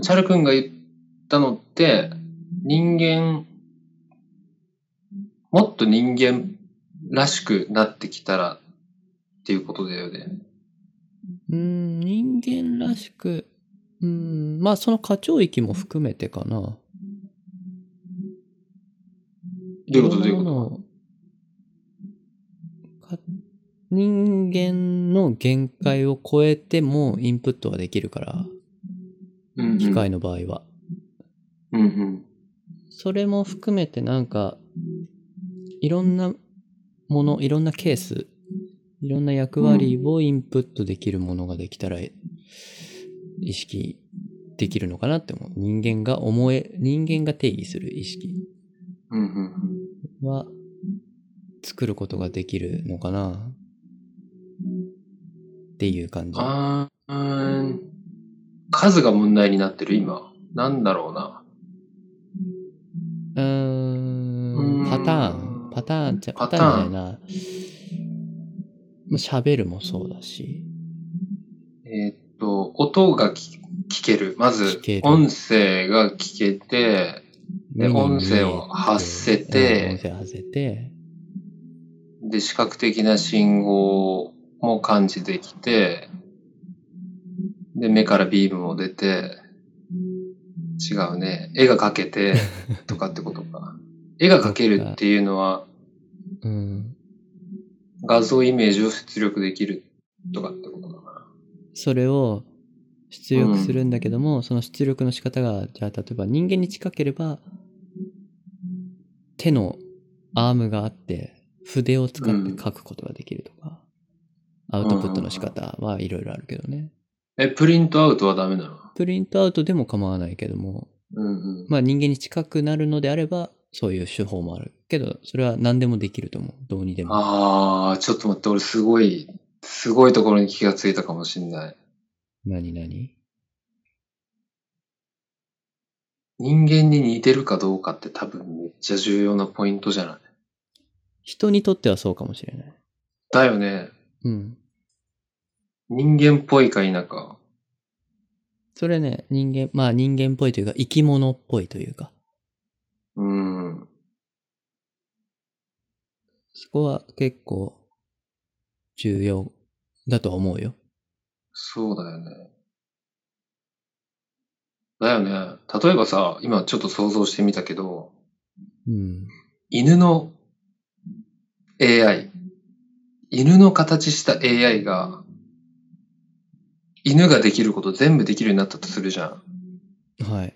S1: チャル君が言ったのって、人間、もっと人間らしくなってきたらっていうことだよね。
S2: うーん、人間らしく、うーん、まあその過聴域も含めてかな。
S1: どういうことどうい
S2: ろ
S1: うんこと
S2: なものをか人間の限界を超えてもインプットはできるから、
S1: うんうん
S2: 機械の場合は。
S1: うんうん。
S2: それも含めてなんか、いろんなもの、いろんなケース、いろんな役割をインプットできるものができたら、意識できるのかなって思う。人間が思え、人間が定義する意識
S1: うんうんうん。
S2: は、作ることができるのかなっていう感じ。
S1: あーうーん。数が問題になってる、今。なんだろうな。
S2: うー、
S1: うんーん
S2: パターン、パターンじゃ、パ
S1: パ
S2: タ
S1: タ
S2: ー
S1: ー
S2: ン
S1: ン
S2: じゃないな。まあ喋るもそうだし。
S1: えーっと、音がき聞ける。まず
S2: 聞け、る
S1: 音声が聞けて、で
S2: 目に見え
S1: 音声を発せて
S2: うん音声発せて、
S1: で、視覚的な信号も感知できて、で、目からビームも出て、違うね。絵が描け て、とかってことか。絵が描けるっていうのは、
S2: うん。
S1: 画像イメージを出力できるとかってことかな。
S2: それを出力するんだけども、その出力の仕方が、じゃあ例えば人間に近ければ、手のアームがあって、筆を使って書くことができるとか、アウトプットの仕方はいろいろあるけどね。
S1: え、プリントアウトはダメなの
S2: プリントアウトでも構わないけども、
S1: うんうん。
S2: まあ人間に近くなるのであれば、そういう手法もある。けど、それは何でもできると思う。どうにでも。
S1: あー、ちょっと待って、俺すごい、すごいところに気がついたかもしんない。
S2: 何何
S1: 人間に似てるかどうかって多分めっちゃ重要なポイントじゃない
S2: 人にとってはそうかもしれない。
S1: だよね。
S2: うん。
S1: 人間っぽいか否か。
S2: それね、人間、まあ人間っぽいというか、生き物っぽいというか、
S1: うん。
S2: そこは結構重要だとは思うよ。
S1: そうだよね。だよね。例えばさ、今ちょっと想像してみたけど、
S2: うん。
S1: 犬の AI、犬の形した AI が、犬ができること全部できるようになったとするじゃん。
S2: はい。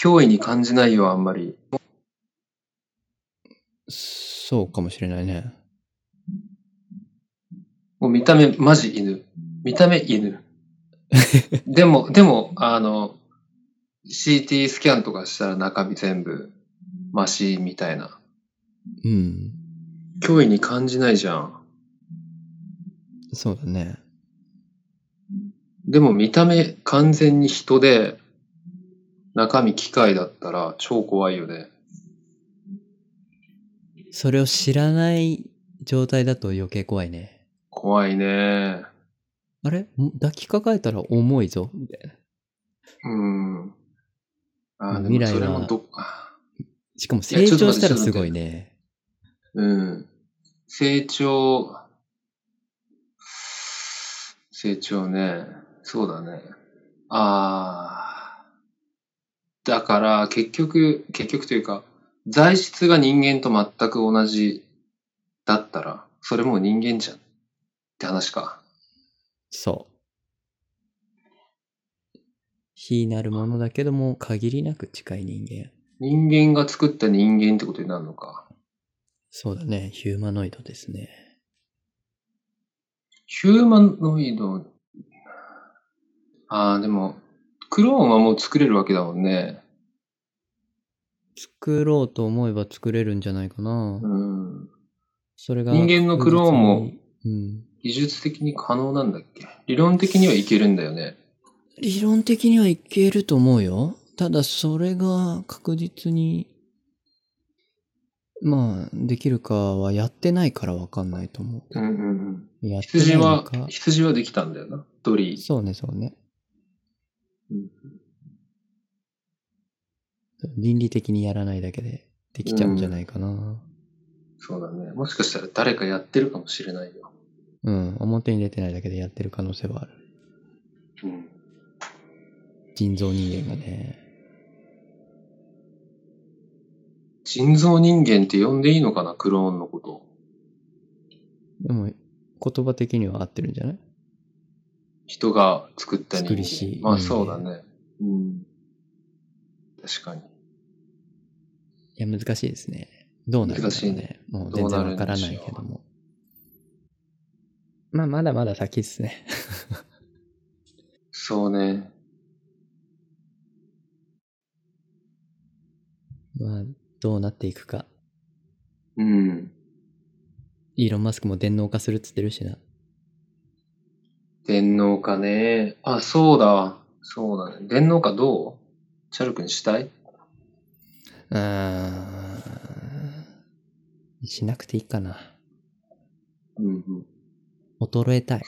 S1: 脅威に感じないよ、あんまり。
S2: そうかもしれないね。
S1: もう見た目、マジ犬。見た目犬。でも、でも、あの、CT スキャンとかしたら中身全部、マシみたいな。
S2: うん。
S1: 脅威に感じないじゃん。
S2: そうだね。
S1: でも見た目完全に人で、中身機械だったら超怖いよね。
S2: それを知らない状態だと余計怖いね。
S1: 怖いね。
S2: あれん抱きかかえたら重いぞ。みたいな。
S1: うん。あーでも
S2: 未来は
S1: それもどっか。
S2: しかも成長したらすごいね。
S1: うん。成長、成長ね。そうだね。ああ。だから、結局、結局というか、材質が人間と全く同じだったら、それもう人間じゃん。って話か。
S2: そう。非なるものだけども、限りなく近い人間。
S1: 人間が作った人間ってことになるのか。
S2: そうだね。ヒューマノイドですね。
S1: ヒューマノイド。ああ、でも、クローンはもう作れるわけだもんね。
S2: 作ろうと思えば作れるんじゃないか
S1: う
S2: な。
S1: ん。
S2: それが。
S1: 人間のクローンも
S2: 確実に。うん。
S1: 技術的に可能なんだっけ理論的にはいけるんだよね。
S2: 理論的にはいけると思うよ。ただ、それが確実に、まあ、できるかはやってないからわかんないと思
S1: う
S2: う。
S1: んうんうん。
S2: やってない
S1: 羊
S2: の
S1: は
S2: か、。
S1: 羊はできたんだよな。ドリー。
S2: そうね、そうね。
S1: うん
S2: 倫理的にやらないだけでできちゃうんじゃないかな。
S1: そうだね。もしかしたら誰かやってるかもしれないよ。
S2: うん、表に出てないだけでやってる可能性はある。
S1: うん。
S2: 人造人間がね。
S1: 人造人間って呼んでいいのかなクローンのこと。
S2: でも、言葉的には合ってるんじゃない
S1: 人が作った人
S2: 作りし
S1: 間。まあ
S2: 人間
S1: そうだね。うん。確かに。
S2: いや、難しいですね。どうなるんだろう
S1: 難しい
S2: ね。もう全然わからないけど
S1: どうなるん
S2: も。まあ、まだまだ先ですね。
S1: そうね。
S2: まあ、どうなっていくか。
S1: うん。
S2: イーロン・マスクも電脳化するっつってるしな。
S1: 電脳化ね。あ、そうだ。そうだね。電脳化どうチャル君したいう
S2: ーん。しなくていいかな。
S1: うんうん。
S2: 衰えたい。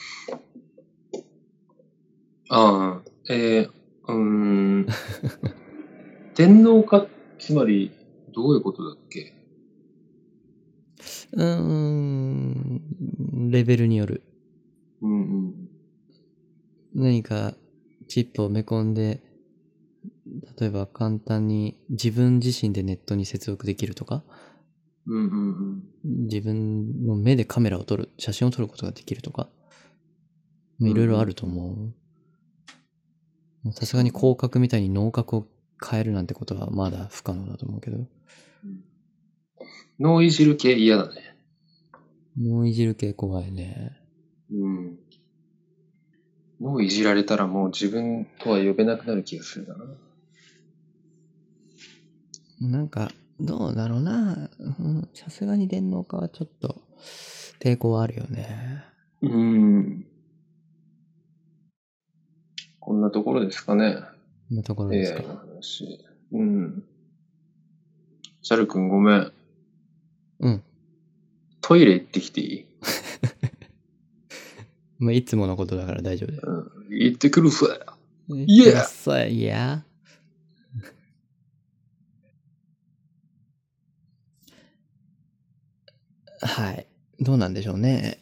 S1: ああ、えー、うー ん。天皇化、つまり、どういうことだっけ
S2: うーん、レベルによる。
S1: うんうん。
S2: 何かチップを埋め込んで、例えば簡単に自分自身でネットに接続できるとか、
S1: うんうんうん。
S2: 自分の目でカメラを撮る、写真を撮ることができるとか、まあ
S1: うん
S2: いろいろあると思う。まあさすがに広角みたいに脳角を変えるなんてことはまだ不可能だと思うけど、
S1: 脳いじる系嫌だね。
S2: もういじる系怖いね。
S1: うん。脳いじられたらもう自分とは呼べなくなる気がするな。
S2: なんか、どうだろうな。うんさすがに電脳化はちょっと抵抗はあるよね。
S1: うん。こんなところですかね。
S2: こんなところですか
S1: AI。の話。うん。シャル君ごめん。
S2: うん。
S1: トイレ行ってきていい
S2: まあ、いつものことだから大丈夫だよ。
S1: 行ってくるさ。
S2: い
S1: Yeah.
S2: やさいや。はい。どうなんでしょうね。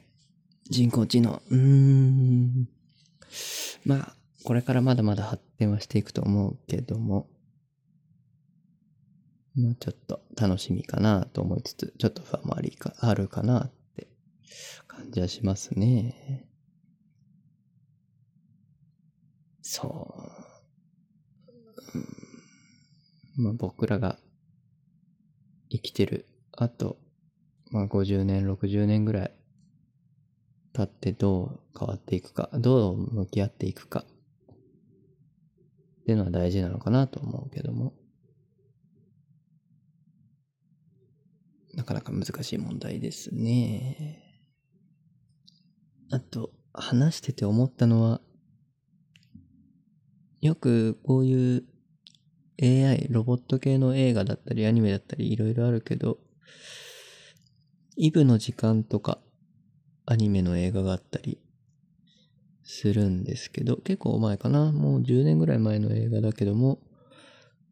S2: 人工知能。うーん。まあ、これからまだまだ発展はしていくと思うけども、まあちょっと楽しみかなと思いつつ、ちょっと不安もありか、あるかなって感じはしますね。そう。うんまあ、僕らが生きてる、あと、まあ、50年、60年ぐらい経ってどう変わっていくか、どう向き合っていくか、っていうのは大事なのかなと思うけども。なかなか難しい問題ですね。あと、話してて思ったのは、よくこういう AI、ロボット系の映画だったりアニメだったりいろいろあるけど、イブの時間とかアニメの映画があったりするんですけど、結構前かな。もう10年ぐらい前の映画だけども、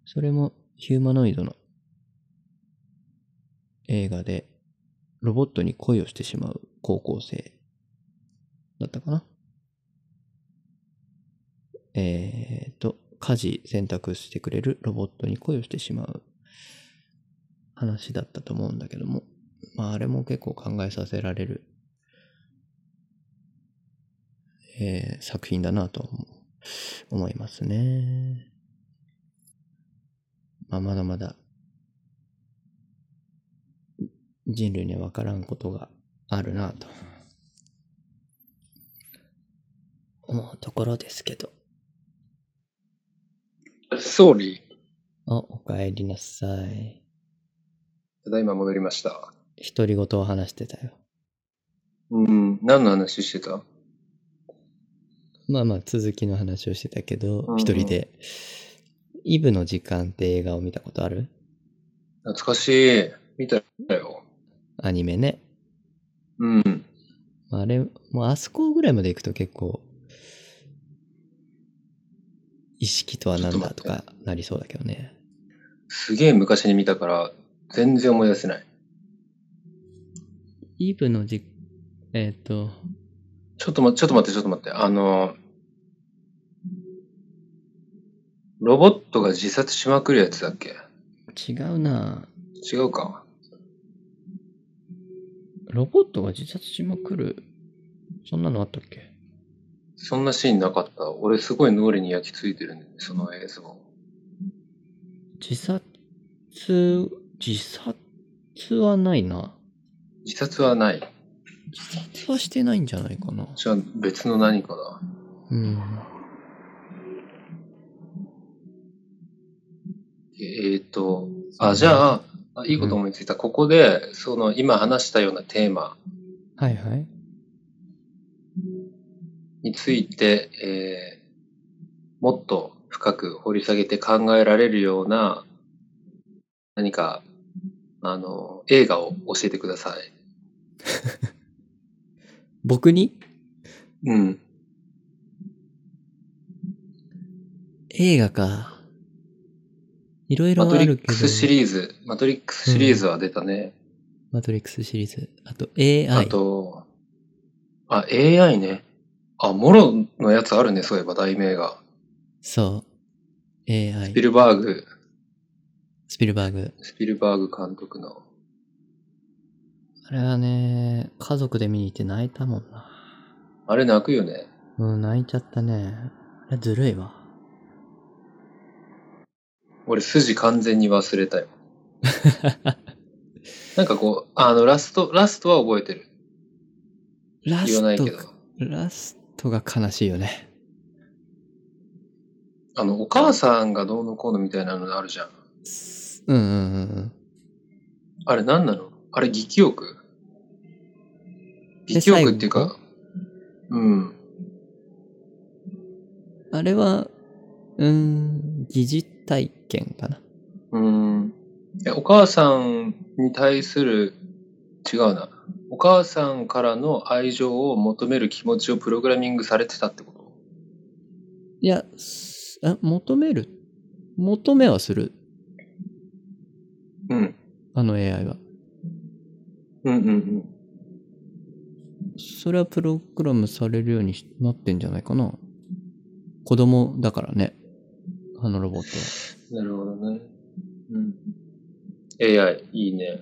S2: それもヒューマノイドの映画で、ロボットに恋をしてしまう高校生だったかな。えー、と、家事選択してくれるロボットに恋をしてしまう話だったと思うんだけども、まああれも結構考えさせられる、えー作品だなと思う思いますね。まあまだまだ人類には分からんことがあるなと思うところですけど。
S1: ソーリー。
S2: あ、おかえりなさい。
S1: ただいま戻りました。
S2: 独り言を話してたよ。
S1: うん。何の話してた
S2: まあまあ続きの話をしてたけど
S1: うんう、ん
S2: 一人で。イブの時間って映画を見たことある
S1: 懐かしい。見たよ。
S2: アニメね。
S1: うん。
S2: まああれ、もうあそこぐらいまで行くと結構、意識とはなんだと
S1: ちょっ
S2: かなりそうだけどね。
S1: すげえ昔に見たから、全然思い出せない。
S2: イブのじ、えっ、と、
S1: ちょっとま、ちょっと待って、ちょっと待って。あの、ロボットが自殺しまくるやつだっけ
S2: 違うな
S1: 違うか。
S2: ロボットが自殺しまくる。そんなのあったっけ
S1: そんなシーンなかった。俺すごい脳裏に焼き付いてるんだよね、その映像。
S2: 自殺、自殺はないな。
S1: 自殺はない。
S2: 自殺はしてないんじゃないかな。
S1: じゃあ別の何かだ。
S2: うん。
S1: えっ、と、あ、じゃあ、あいいこと思いついた。ここで、その今話したようなテーマ
S2: はいはい。
S1: について、えーもっと深く掘り下げて考えられるような何か、あの、映画を教えてください。
S2: 僕に
S1: うん。
S2: 映画か。いろいろ
S1: マト
S2: あ
S1: リ
S2: る
S1: ッ
S2: けど
S1: ク。スシリーズ、マトリックスシリーズは出たね。
S2: マトリックスシリーズ。あと AI。
S1: あと、あ、AI ね。あ、モロのやつあるね、そういえば、題名が。
S2: そう。AI
S1: スピ。ルバーグ、
S2: スピルバーグ。
S1: スピルバーグ監督の。
S2: あれはね、家族で見に行って泣いたもんな。
S1: あれ泣くよね。
S2: うん、泣いちゃったね。あれずるいわ。
S1: 俺、筋完全に忘れた よ。なんかこう、あの、ラスト、ラストは覚えてる。
S2: ラ
S1: 言わない
S2: ス
S1: け
S2: ト
S1: ど
S2: か、。ラストが悲しいよね。
S1: あの、お母さんがどうのこうのみたいなのあるじゃん。
S2: うんうんうんうん。
S1: あれ何なのあれ、戯記憶
S2: で
S1: 戯記憶っていうか、うん。
S2: あれは、うーん、疑似体験かな。
S1: うん。えお母さんに対する、違うな。お母さんからの愛情を求める気持ちをプログラミングされてたってこと
S2: いや、すあ求める求めはする。
S1: うん。
S2: あの AI は。
S1: うんうんうん。
S2: それはプログラムされるようになってんじゃないかな。子供だからね。あのロボットは。
S1: なるほどね。うん。AI、いいね。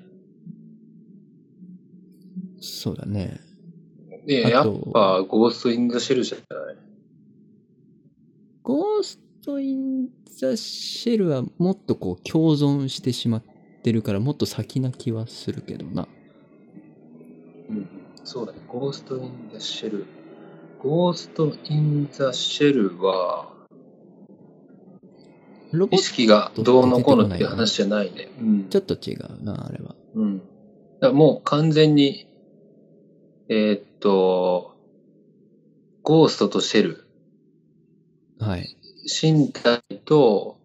S2: そうだね。
S1: で、や
S2: あ
S1: っ
S2: と
S1: ぱ、ゴースト・イン・ザ・シェルじゃない
S2: ゴースト・イン・ザ・シェルはもっとこう共存してしまってるからもっと先な気はするけどな。
S1: うん。そうだね。ゴースト・イン・ザ・シェル。ゴースト・イン・ザ・シェルは、
S2: ロボ
S1: 意
S2: ッ
S1: 識がどうのこうのっていう話じゃないね。うん
S2: トちょっと違うな、あれは。
S1: うん。だからもう完全に、えーっと、ゴーストとシェル、
S2: はい。
S1: 身体と、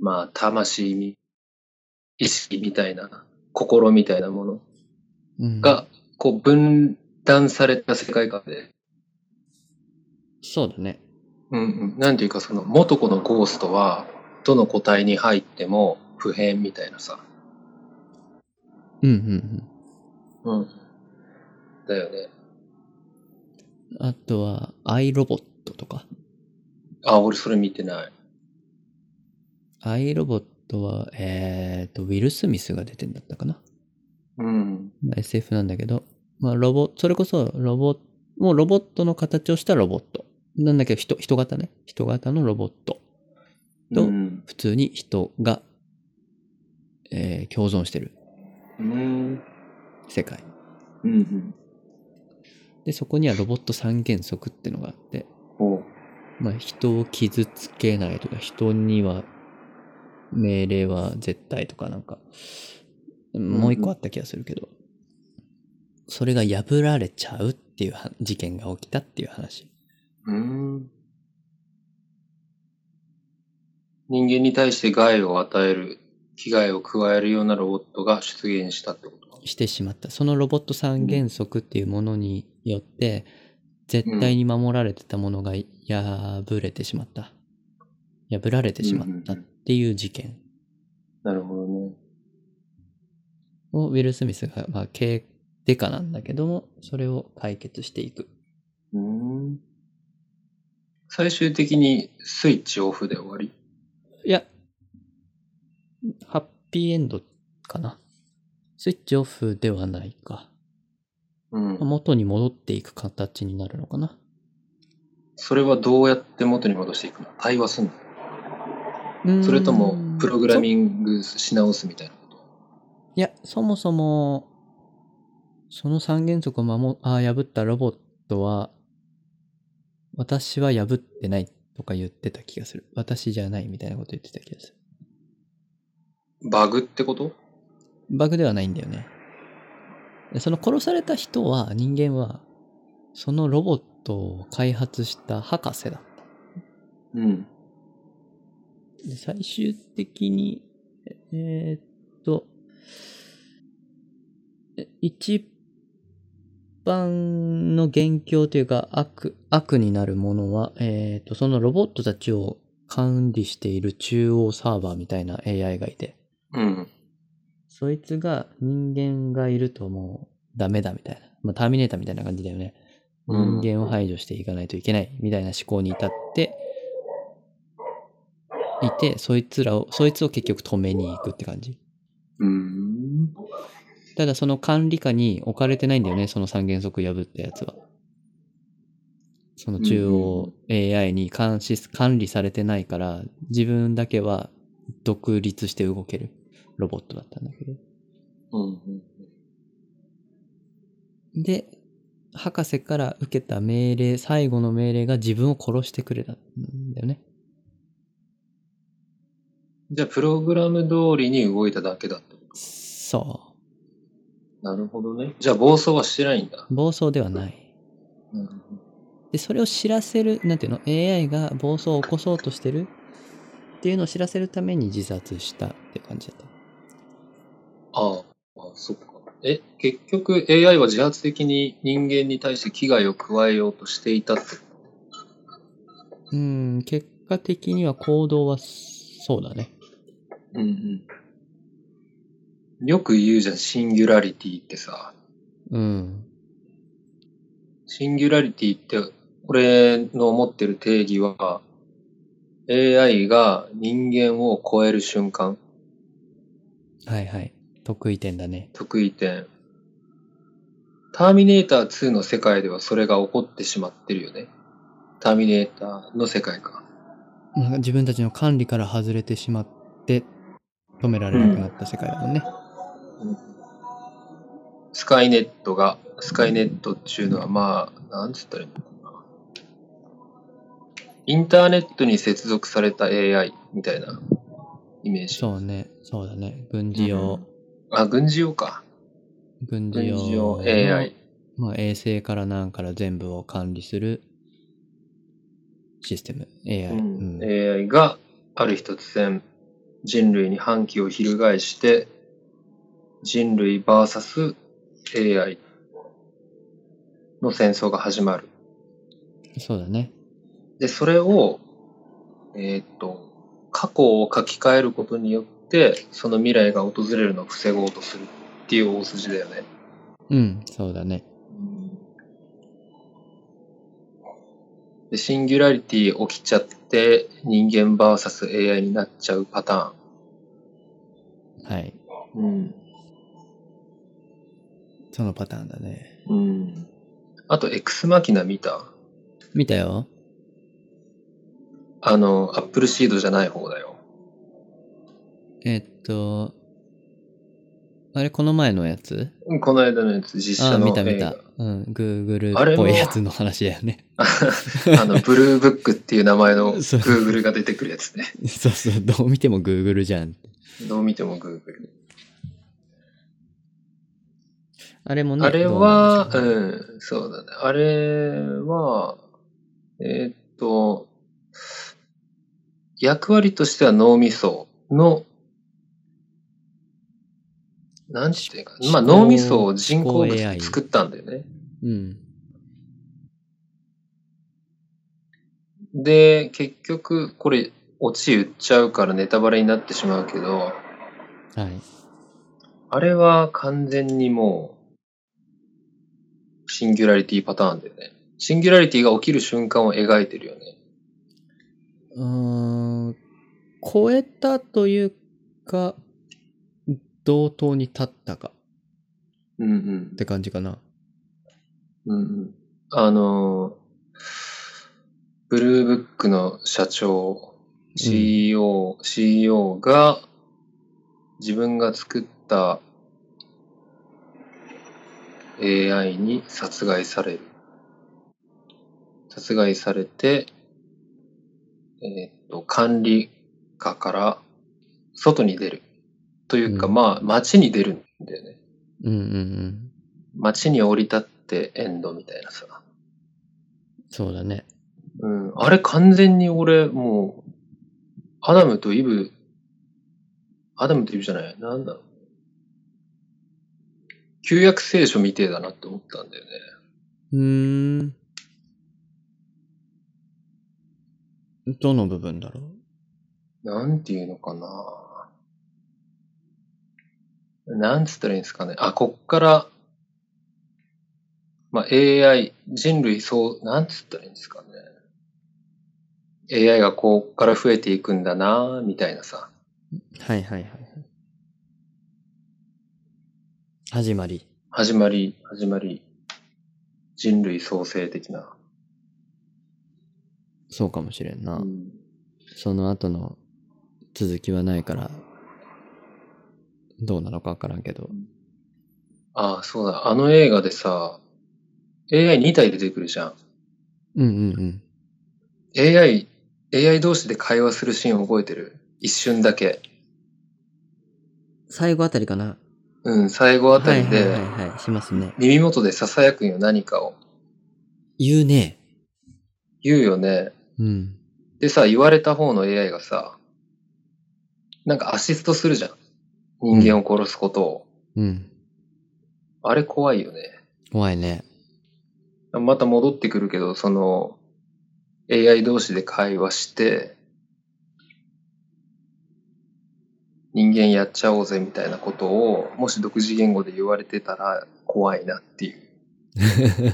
S1: まあ、魂み、意識みたいな、心みたいなもの
S2: うん、
S1: が、こう、分断された世界観で、
S2: そうだね。
S1: うんうん。なんていうか、その、元子のゴーストは、どの個体に入っても不変みたいなさ。
S2: うんうんうん。
S1: うん。だよね。
S2: あとは、アイロボットとか。
S1: あ、俺それ見てない。
S2: アイロボットは、えーと、ウィル・スミスが出てんだったかな。
S1: うん。
S2: まあ SF なんだけど、まあ、ロボ、それこそロボ、もうロボットの形をしたロボット。なんだけど、人、人型ね。人型のロボット。と
S1: うん。
S2: 普通に人が、えー共存してる
S1: うん。
S2: 世界。
S1: うんうん。
S2: で、そこにはロボット三原則ってのがあって、
S1: ほ
S2: まあ、人を傷つけないとか、人には命令は絶対とかなんか、もう一個あった気がするけど、それが破られちゃうっていうは事件が起きたっていう話。
S1: う。うん。人間に対して害を与える、危害を加えるようなロボットが出現したってことか。
S2: してしまった。そのロボット三原則っていうものによって、絶対に守られてたものが破れてしまった。破られてしまったっていう事件
S1: なるほどね。
S2: をウィル・スミスが、まあ、経デカなんだけども、それを解決していく。
S1: うん。最終的にスイッチオフで終わり
S2: いや、ハッピーエンドかな。スイッチオフではないか。
S1: うん。
S2: 元に戻っていく形になるのかな。
S1: それはどうやって元に戻していくの対話すんのそれともプログラ
S2: ング
S1: ミングし直すみたいなこと
S2: いや、そもそも、その三原則を守、あー破ったロボットは、私は破ってないとか言ってた気がする。私じゃないみたいなこと言ってた気がする。
S1: バグってこと
S2: バグではないんだよね。でその殺された人は、人間は、そのロボットを開発した博士だっ
S1: うん。
S2: た。で最終的に、えーっと、え一般の元凶というか悪、悪になるものは、えーっと、そのロボットたちを管理している中央サーバーみたいな AI がいて、
S1: うん。
S2: そいつが人間がいるともうダメだみたいな。まあ、ターミネーターみたいな感じだよね。
S1: うん
S2: 人間を排除していかないといけないみたいな思考に至って、いて、そいつらを、そいつを結局止めに行くって感じ。
S1: うん。
S2: ただその管理下に置かれてないんだよね、その三原則破ったやつは。その中央 AI に監視す、管理されてないから、自分だけは独立して動けるロボットだったんだけど。
S1: うん。
S2: で、博士から受けた命令、最後の命令が自分を殺してくれたんだよね。
S1: じゃあ、プログラム通りに動いただけだと。
S2: そ
S1: なるほどね。じゃあ、暴走はしてないんだ。
S2: う。暴走ではない。
S1: うん。
S2: で、それを知らせる、なんていうの ?AI が暴走を起こそうとしてるっていうのを知らせるために自殺したって感じだった。
S1: ああ、あそっか。え、結局 AI は自発的に人間に対して危害を加えようとしていたって。
S2: うん、結果的には行動はそうだね。
S1: うんうん。よく言うじゃん、シンギュラリティってさ。
S2: うん。
S1: シンギュラリティって、俺の思ってる定義は、AI が人間を超える瞬間、
S2: はいはい。得意点だね。
S1: 得意点。ターミネーター2の世界ではそれが起こってしまってるよね。ターミネーターの世界か。
S2: なんか自分たちの管理から外れてしまって、止められなくなった世界だもんね。
S1: スカイネットが、スカイネットっていうのはまあ、なんつったらいいのかな。インターネットに接続された AI みたいなイメージ。
S2: そうね。そうだね。軍事用、
S1: あ、軍事用か。
S2: 軍
S1: 軍
S2: 事用
S1: 事
S2: の
S1: 用 AI。
S2: まあ、衛星からなんから全部を管理するシステム。AI。
S1: うん、
S2: うん
S1: AI がある日突然人類に反旗を翻して人類 VSAI の戦争が始まる。
S2: そうだね。
S1: で、それを、えーっと、過去を書き換えることによって、その未来が訪れるのを防ごうとするっていう大筋だよね。
S2: うん、そうだね。
S1: で、シンギュラリティ起きちゃって、人間 VSAI になっちゃうパタ
S2: はい。
S1: ーン。うん。
S2: そのパターンだね。
S1: うん。あと、エクスマキナ見た
S2: 見たよ。
S1: あの、アップルシードじゃない方だよ。
S2: えっと、あれ、この前のやつ
S1: うんこの間のやつ、実
S2: あ
S1: 写
S2: あ、
S1: の映
S2: 見
S1: 画。
S2: た見た。うん、
S1: あ
S2: Google
S1: れ
S2: っ
S1: も
S2: ぽいやつの話だよね。
S1: あ の、ブルーブックっていう名前の
S2: そう
S1: Google が出てくるやつね。
S2: そうそう、どう見ても Google じゃん。
S1: どう見ても Google。
S2: あれもね。
S1: あれは、
S2: どうなんでしょうね
S1: うん、そうだね。あれは、えーっと、役割としては脳みその、なんていうか、まあ
S2: 思考
S1: 脳みそを人工物
S2: 思考 AI
S1: で作ったんだよね。
S2: うん。
S1: で、結局、これ、オチ言っちゃうからネタバレになってしまうけど、
S2: はい。
S1: あれは完全にもう、シンギュラリティパターンだよね。シンギュラリティが起きる瞬間を描いてるよね。
S2: うーん、超えたというか、同等に立ったか
S1: うんうん
S2: っ。て感じかな。
S1: うんうん。あのー、ブルーブックの社長、CEO、CEO が自分が作った AI に殺害される。殺害されて、えーっと、管理下から外に出る。というか、
S2: うん
S1: まあ、街に出るんだよね。
S2: うんうんうん。
S1: 街に降り立ってエンドみたいなさ。
S2: そうだね。
S1: うん、あれ完全に俺、もう、アダムとイブ、アダムとイブじゃない、なんだろう。旧約聖書みてえだなって思ったんだよね。
S2: うーん。どの部分だろう
S1: なんていうのかな。なんつったらいいんですかね。あ、こっから、まあ、AI、人類そう、なんつったらいいんですかね。AI がこっから増えていくんだな、みたいなさ。
S2: はいはいはい。始まり。
S1: 始まり、始まり。人類創生的な。
S2: そうかもしれんな。
S1: うん
S2: その後の続きはないから、どうなのかわからんけど。
S1: ああ、そうだ。あの映画でさ、AI2 体出てくるじゃん。
S2: うんうんうん。
S1: AI、AI 同士で会話するシーン覚えてる一瞬だけ。
S2: 最後あたりかな。
S1: うん、最後あたり
S2: はいは
S1: で
S2: い、はいはい。しますね。
S1: 耳元で囁くんよ、何かを。
S2: 言うね。
S1: 言うよね。
S2: うん。
S1: でさ、言われた方の AI がさ、なんかアシストするじゃん。人間を殺すことを。
S2: うん。
S1: あれ怖いよね。
S2: 怖いね。
S1: また戻ってくるけど、その、AI 同士で会話して、人間やっちゃおうぜみたいなことを、もし独自言語で言われてたら怖いなっていう。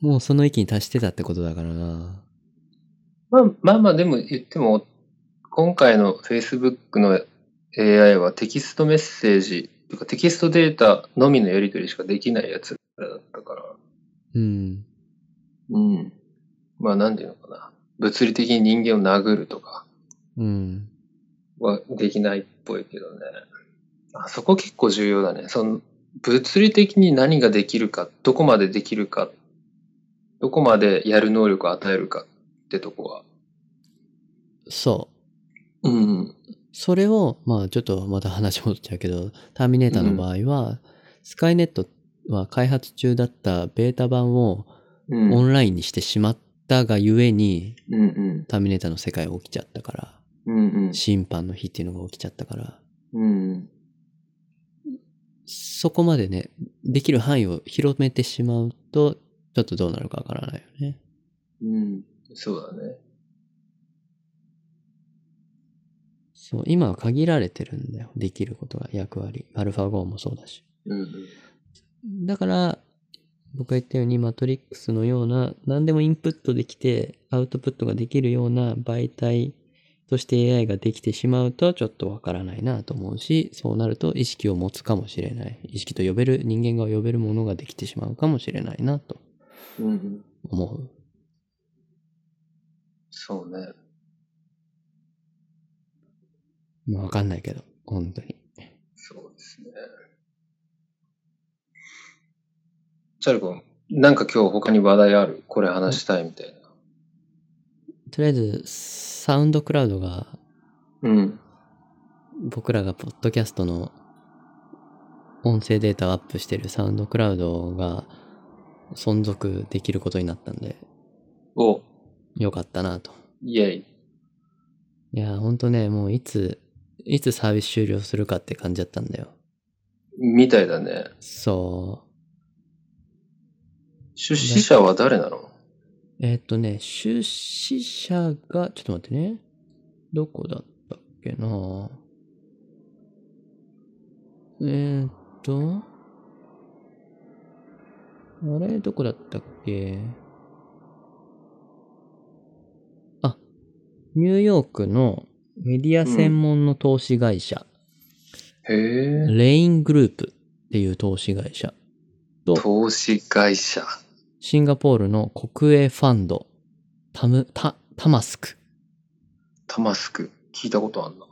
S2: もうその域に達してたってことだからな。
S1: まあまあまあ、でも言っても、今回の Facebook の AI はテキストメッセージ、というかテキストデータのみのやり取りしかできないやつらだったから、
S2: うん。
S1: うん。まあなんていうのかな。物理的に人間を殴るとか、
S2: うん。
S1: はできないっぽいけどね。あそこ結構重要だね。その物理的に何ができるか、どこまでできるか、どこまでやる能力を与えるかってとこは。
S2: そう。
S1: うん。
S2: それを、まあちょっとまた話戻っちゃうけど、ターミネーターの場合は、スカイネットは開発中だったベータ版を
S1: うん。
S2: オ
S1: うん
S2: ンラインにしてしまったがゆえに、
S1: うん。
S2: ターミネーターの世界が起きちゃったから、
S1: うん
S2: 審判の日っていうのが起きちゃったから、
S1: うん。うん。
S2: そこまでね、できる範囲を広めてしまうと、ちょっとどうなるかわからないよね。
S1: うん。そうだね。
S2: そう、今は限られてるんだよ。できることが役割。アルファ5もそうだし。
S1: うん
S2: だから、僕が言ったように、マトリックスのような、何でもインプットできて、アウトプットができるような媒体として AI ができてしまうと、ちょっとわからないなと思うし、そうなると意識を持つかもしれない。意識と呼べる、人間が呼べるものができてしまうかもしれないなと
S1: うん。うんうん。
S2: 思う。
S1: そうね。
S2: まあわかんないけど、本当に。
S1: そうですね。チャル君、なんか今日他に話題あるこれ話したいみたい
S2: とりあえず、サウンドクラウドが、
S1: な。うん。
S2: 僕らがポッドキャストの音声データをアップしてるサウンドクラウドが存続できることになったんで、
S1: お、
S2: よかったなと。
S1: イェイ。
S2: いやー、ほんとね、もういつ、いつサービス終了するかって感じだったんだよ。
S1: みたいだね。
S2: そ
S1: 出資者は誰なの
S2: う。えーっ、とね、出資者が、ちょっと待ってね。どこだったっけなえーっ、と、あれどこだったっけあ、ニューヨークのメディア専門の投資会社、
S1: へえ。
S2: レイングループっていう投資会社と、
S1: 投資会社。
S2: シンガポールの国営ファンド、タム、タ、タマスク
S1: タマスク。聞いたことあんな。
S2: っ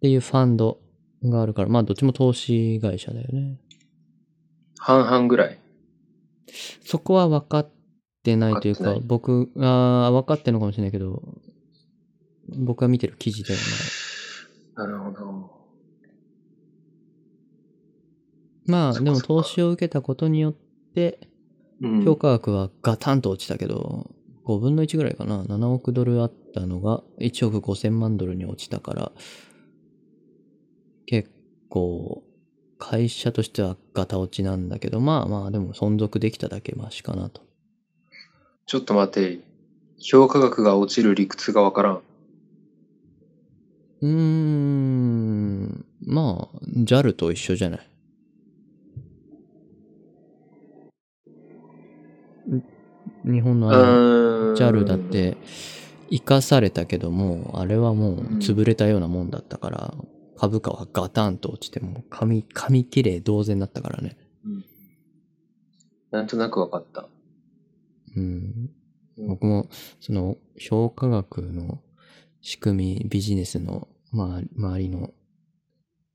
S2: ていうファンドがあるから、まあどっちも投資会社だよね。
S1: 半々ぐらい。
S2: そこは分かってないとい
S1: 分
S2: う
S1: かって
S2: か
S1: な、い
S2: 僕が分かってるのかもしれないけど、僕が見てる記事ではない。
S1: なるほど。
S2: まあ
S1: そっか
S2: でも
S1: そっか
S2: 投資を受けたことによって、
S1: うん。
S2: 評価額はガタンと落ちたけど、5分の1ぐらいかな。7億ドルあったのが1億5千万ドルに落ちたから、結構、会社としてはガタ落ちなんだけど、まあまあ、でも存続できただけマシかなと。
S1: ちょっと待て。評価額が落ちる理屈がわからん。
S2: うーん、まあ、JAL と一緒じゃない。ん日本のあの
S1: うん。
S2: JAL だっ。て、生かされたけども、あれはもう潰れたようなもんだったから、株価はガタンと落ちて、もう紙、紙切れ同然だったからね。
S1: なんとなくわかった。
S2: うん。
S1: うん
S2: 僕も、その、評価額の仕組み、ビジネスの、まあ、周りの、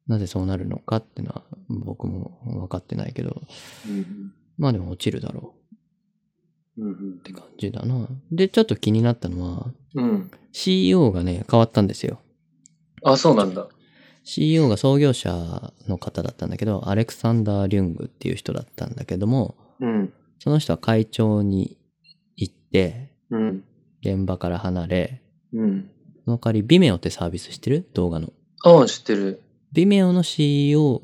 S2: なぜそうなるのかってのは、僕も分かってないけど、
S1: うん
S2: まあでも落ちるだろ
S1: うんうん
S2: うって感じだな。で、ちょっと気になったのは、
S1: うん。
S2: CEO がね、変わったんですよ。
S1: あ、そうなんだ。
S2: CEO が創業者の方だったんだけど、アレクサンダー・リュングっていう人だったんだけども、
S1: うん。
S2: その人は会長に行って、
S1: うん。
S2: 現場から離れ、
S1: うん。
S2: その代わり Vimeo ってサービスしてる動画の。
S1: ああ、知ってる。
S2: Vimeo の CEO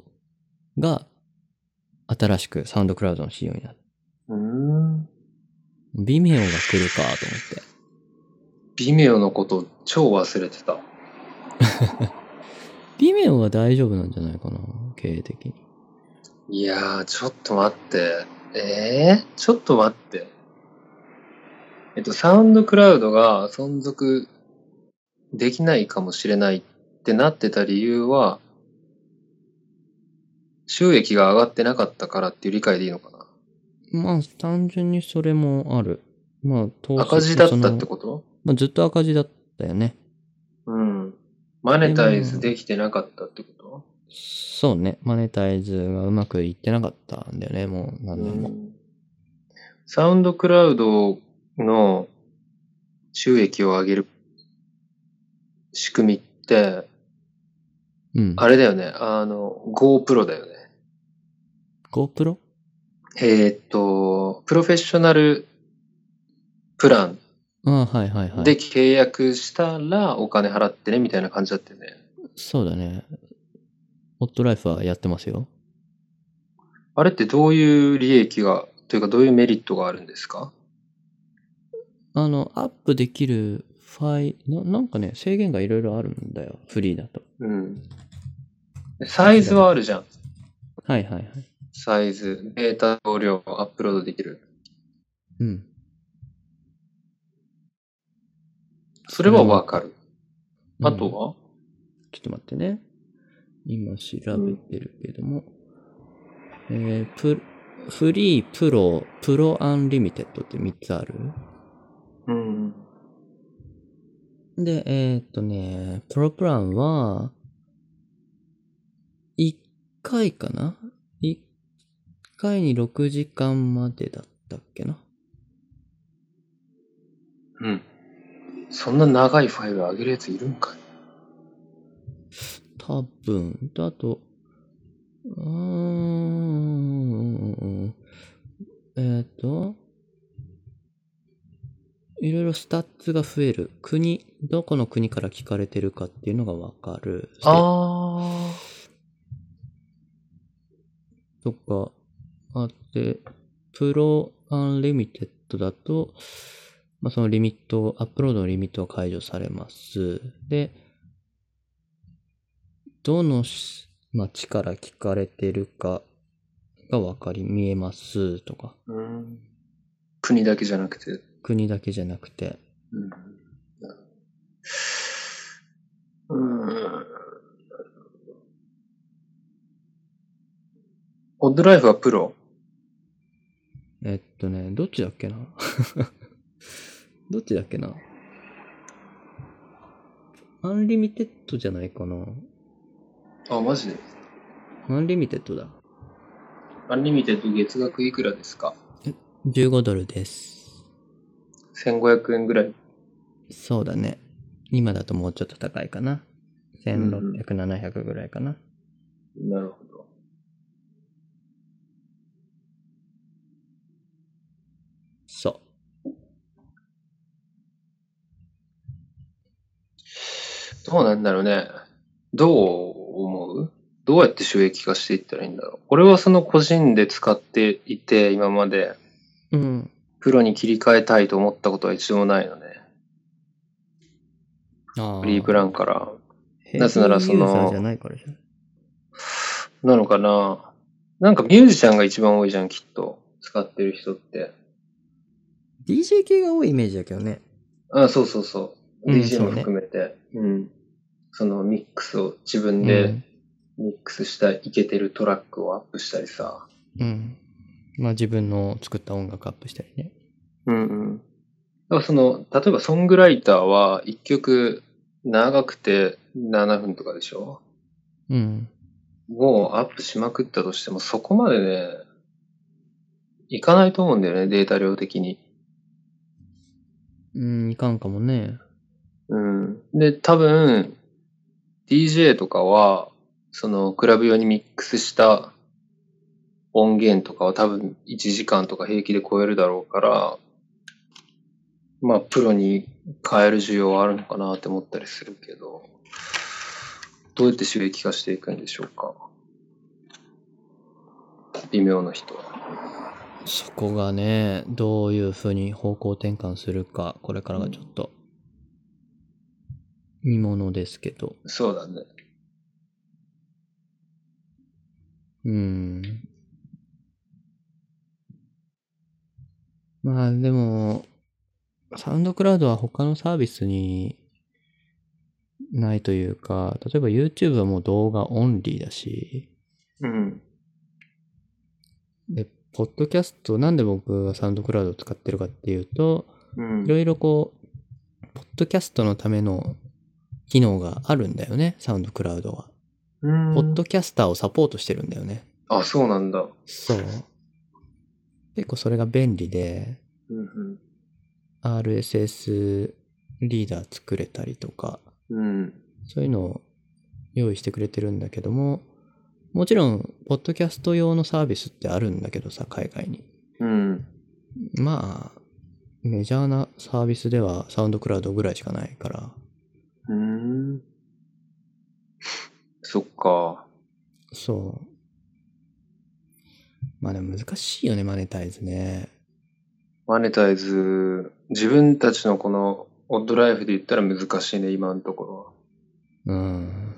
S2: が新しくサウンドクラウドの CEO になった。
S1: うーん。
S2: Vimeo が来るかと思って。
S1: 微妙のこと超忘れてた。
S2: Vimeo は大丈夫なんじゃないかな経営的に。
S1: いやー、ちょっと待って。えー、ちょっと待って。えっと、サウンドクラウドが存続できないかもしれないってなってた理由は、収益が上がってなかったからっていう理解でいいのかな
S2: まあ、単純にそれもある。まあ、投資
S1: 赤字だったって
S2: と
S1: こと
S2: まあ、ずっと赤字だったよね。
S1: うん。マネタイズできてなかったってこと
S2: そうね。マネタイズがうまくいってなかったんだよね、もう何年も。
S1: サウンドクラウドの収益を上げる仕組みって、
S2: うん。
S1: あれだよね。あの、GoPro だよね。
S2: GoPro?
S1: えーっと、プロフェッショナルプラン
S2: ああ、はいはいはい。
S1: で契約したらお金払ってねみたいな感じだったよね。
S2: そうだね。ホットライフはやってますよ。
S1: あれってどういう利益が、というかどういうメリットがあるんですか
S2: あの、アップできるファイ、ななんかね、制限がいろいろあるんだよ。フリーだと。
S1: うん。サイズはあるじゃん。
S2: はいはいはい。
S1: サイズ、データ容量をアップロードできる。
S2: うん。
S1: それはわかる。あと
S2: うん
S1: は
S2: ちょっと待ってね。今調べてるけども。えー、プ、フリー、プロ、プロアンリミテッドって3つある
S1: うん。
S2: で、えーっとね、プロプランは、1回かな ?1 回に6時間までだったっけな
S1: うん。そんな長いファイル上げるやついるんかい
S2: 多分。と、あと、うーん、えーっと、いろいろスタッツが増える。国、どこの国から聞かれてるかっていうのがわかる。
S1: あ
S2: とか、あって、プロアンリミテッドだと、まあ、そのリミット、アップロードのリミットは解除されます。で、どのし街から聞かれてるかがわかり、見えますとか、
S1: ー。うん。国だけじゃなくて。
S2: 国だけじゃなくて、
S1: うん。うん。オッドライフはプロ
S2: えっとね、どっちだっけな どっちだっけなアンリミテッドじゃないかな
S1: あ、マジで
S2: アンリミテッドだ。
S1: アンリミテッド月額いくらですか
S2: 15ドルです。
S1: ?1500 円ぐらい。
S2: そうだね。今だともうちょっと高いかな。1600、700ぐらいかな。
S1: なるほど。
S2: そ
S1: どうなんだろうね。どう思うどうやって収益化していったらいいんだろう。俺はその個人で使っていて、今まで
S2: う。うん。
S1: プロに切り替えたいと思ったことは一度もないのね。
S2: ああ。
S1: フリープランから。なぜならその
S2: 平均ユーザーじゃないからじゃない
S1: なのかななんかミュージシャンが一番多いじゃん、きっと。使ってる人って。
S2: DJ 系が多いイメージだけどね。
S1: あそうそうそ
S3: う
S1: う。
S3: ん
S1: DJ
S2: そ
S1: も
S2: うね
S1: 含めて。うん。そのミックスを自分
S3: う
S1: で
S3: ん
S1: ミックスしたイケてるトラックをアップしたりさ。
S3: うん。
S2: まあ自分の作った音楽アップしたりね。
S1: うんうん。だからその、例えばソングライターは一曲長くて7分とかでしょ
S3: うん。
S1: もうアップしまくったとしてもそこまでね、いかないと思うんだよね、データ量的に。
S2: うん、いかんかもね。
S1: うん。で、多分、DJ とかは、その、クラブ用にミックスした音源とかは多分1時間とか平気で超えるだろうから、まあ、プロに変える需要はあるのかなって思ったりするけど、どうやって収益化していくんでしょうか。微妙な人は。
S2: そこがね、どういうふうに方向転換するか、これからがちょっと、見ものですけど。
S1: そうだね。
S2: うん。まあでも、サウンドクラウドは他のサービスにないというか、例えば YouTube はもう動画オンリーだし、
S1: うん。
S2: で、ポッドキャスト、なんで僕がサウンドクラウドを使ってるかっていうと、
S1: うん
S2: いろいろこう、ポッドキャストのための機能があるんだよね、サウンドクラウドは。
S1: うん
S2: ポッドキャスターをサポートしてるんだよね。
S1: あ、そうなんだ。
S2: そう。結構それが便利で、
S1: うん、
S2: RSS リーダー作れたりとか、
S1: うん。うん。
S2: そういうのを用意してくれてるんだけども、もちろん、ポッドキャスト用のサービスってあるんだけどさ、海外に。
S1: うん。
S2: まあ、メジャーなサービスではサウンドクラウドぐらいしかないから、
S1: うーん。そっか。
S2: そう。まあでも難しいよね、マネタイズね。
S1: マネタイズ、自分たちのこのオッドライフで言ったら難しいね、今のところ
S2: うん。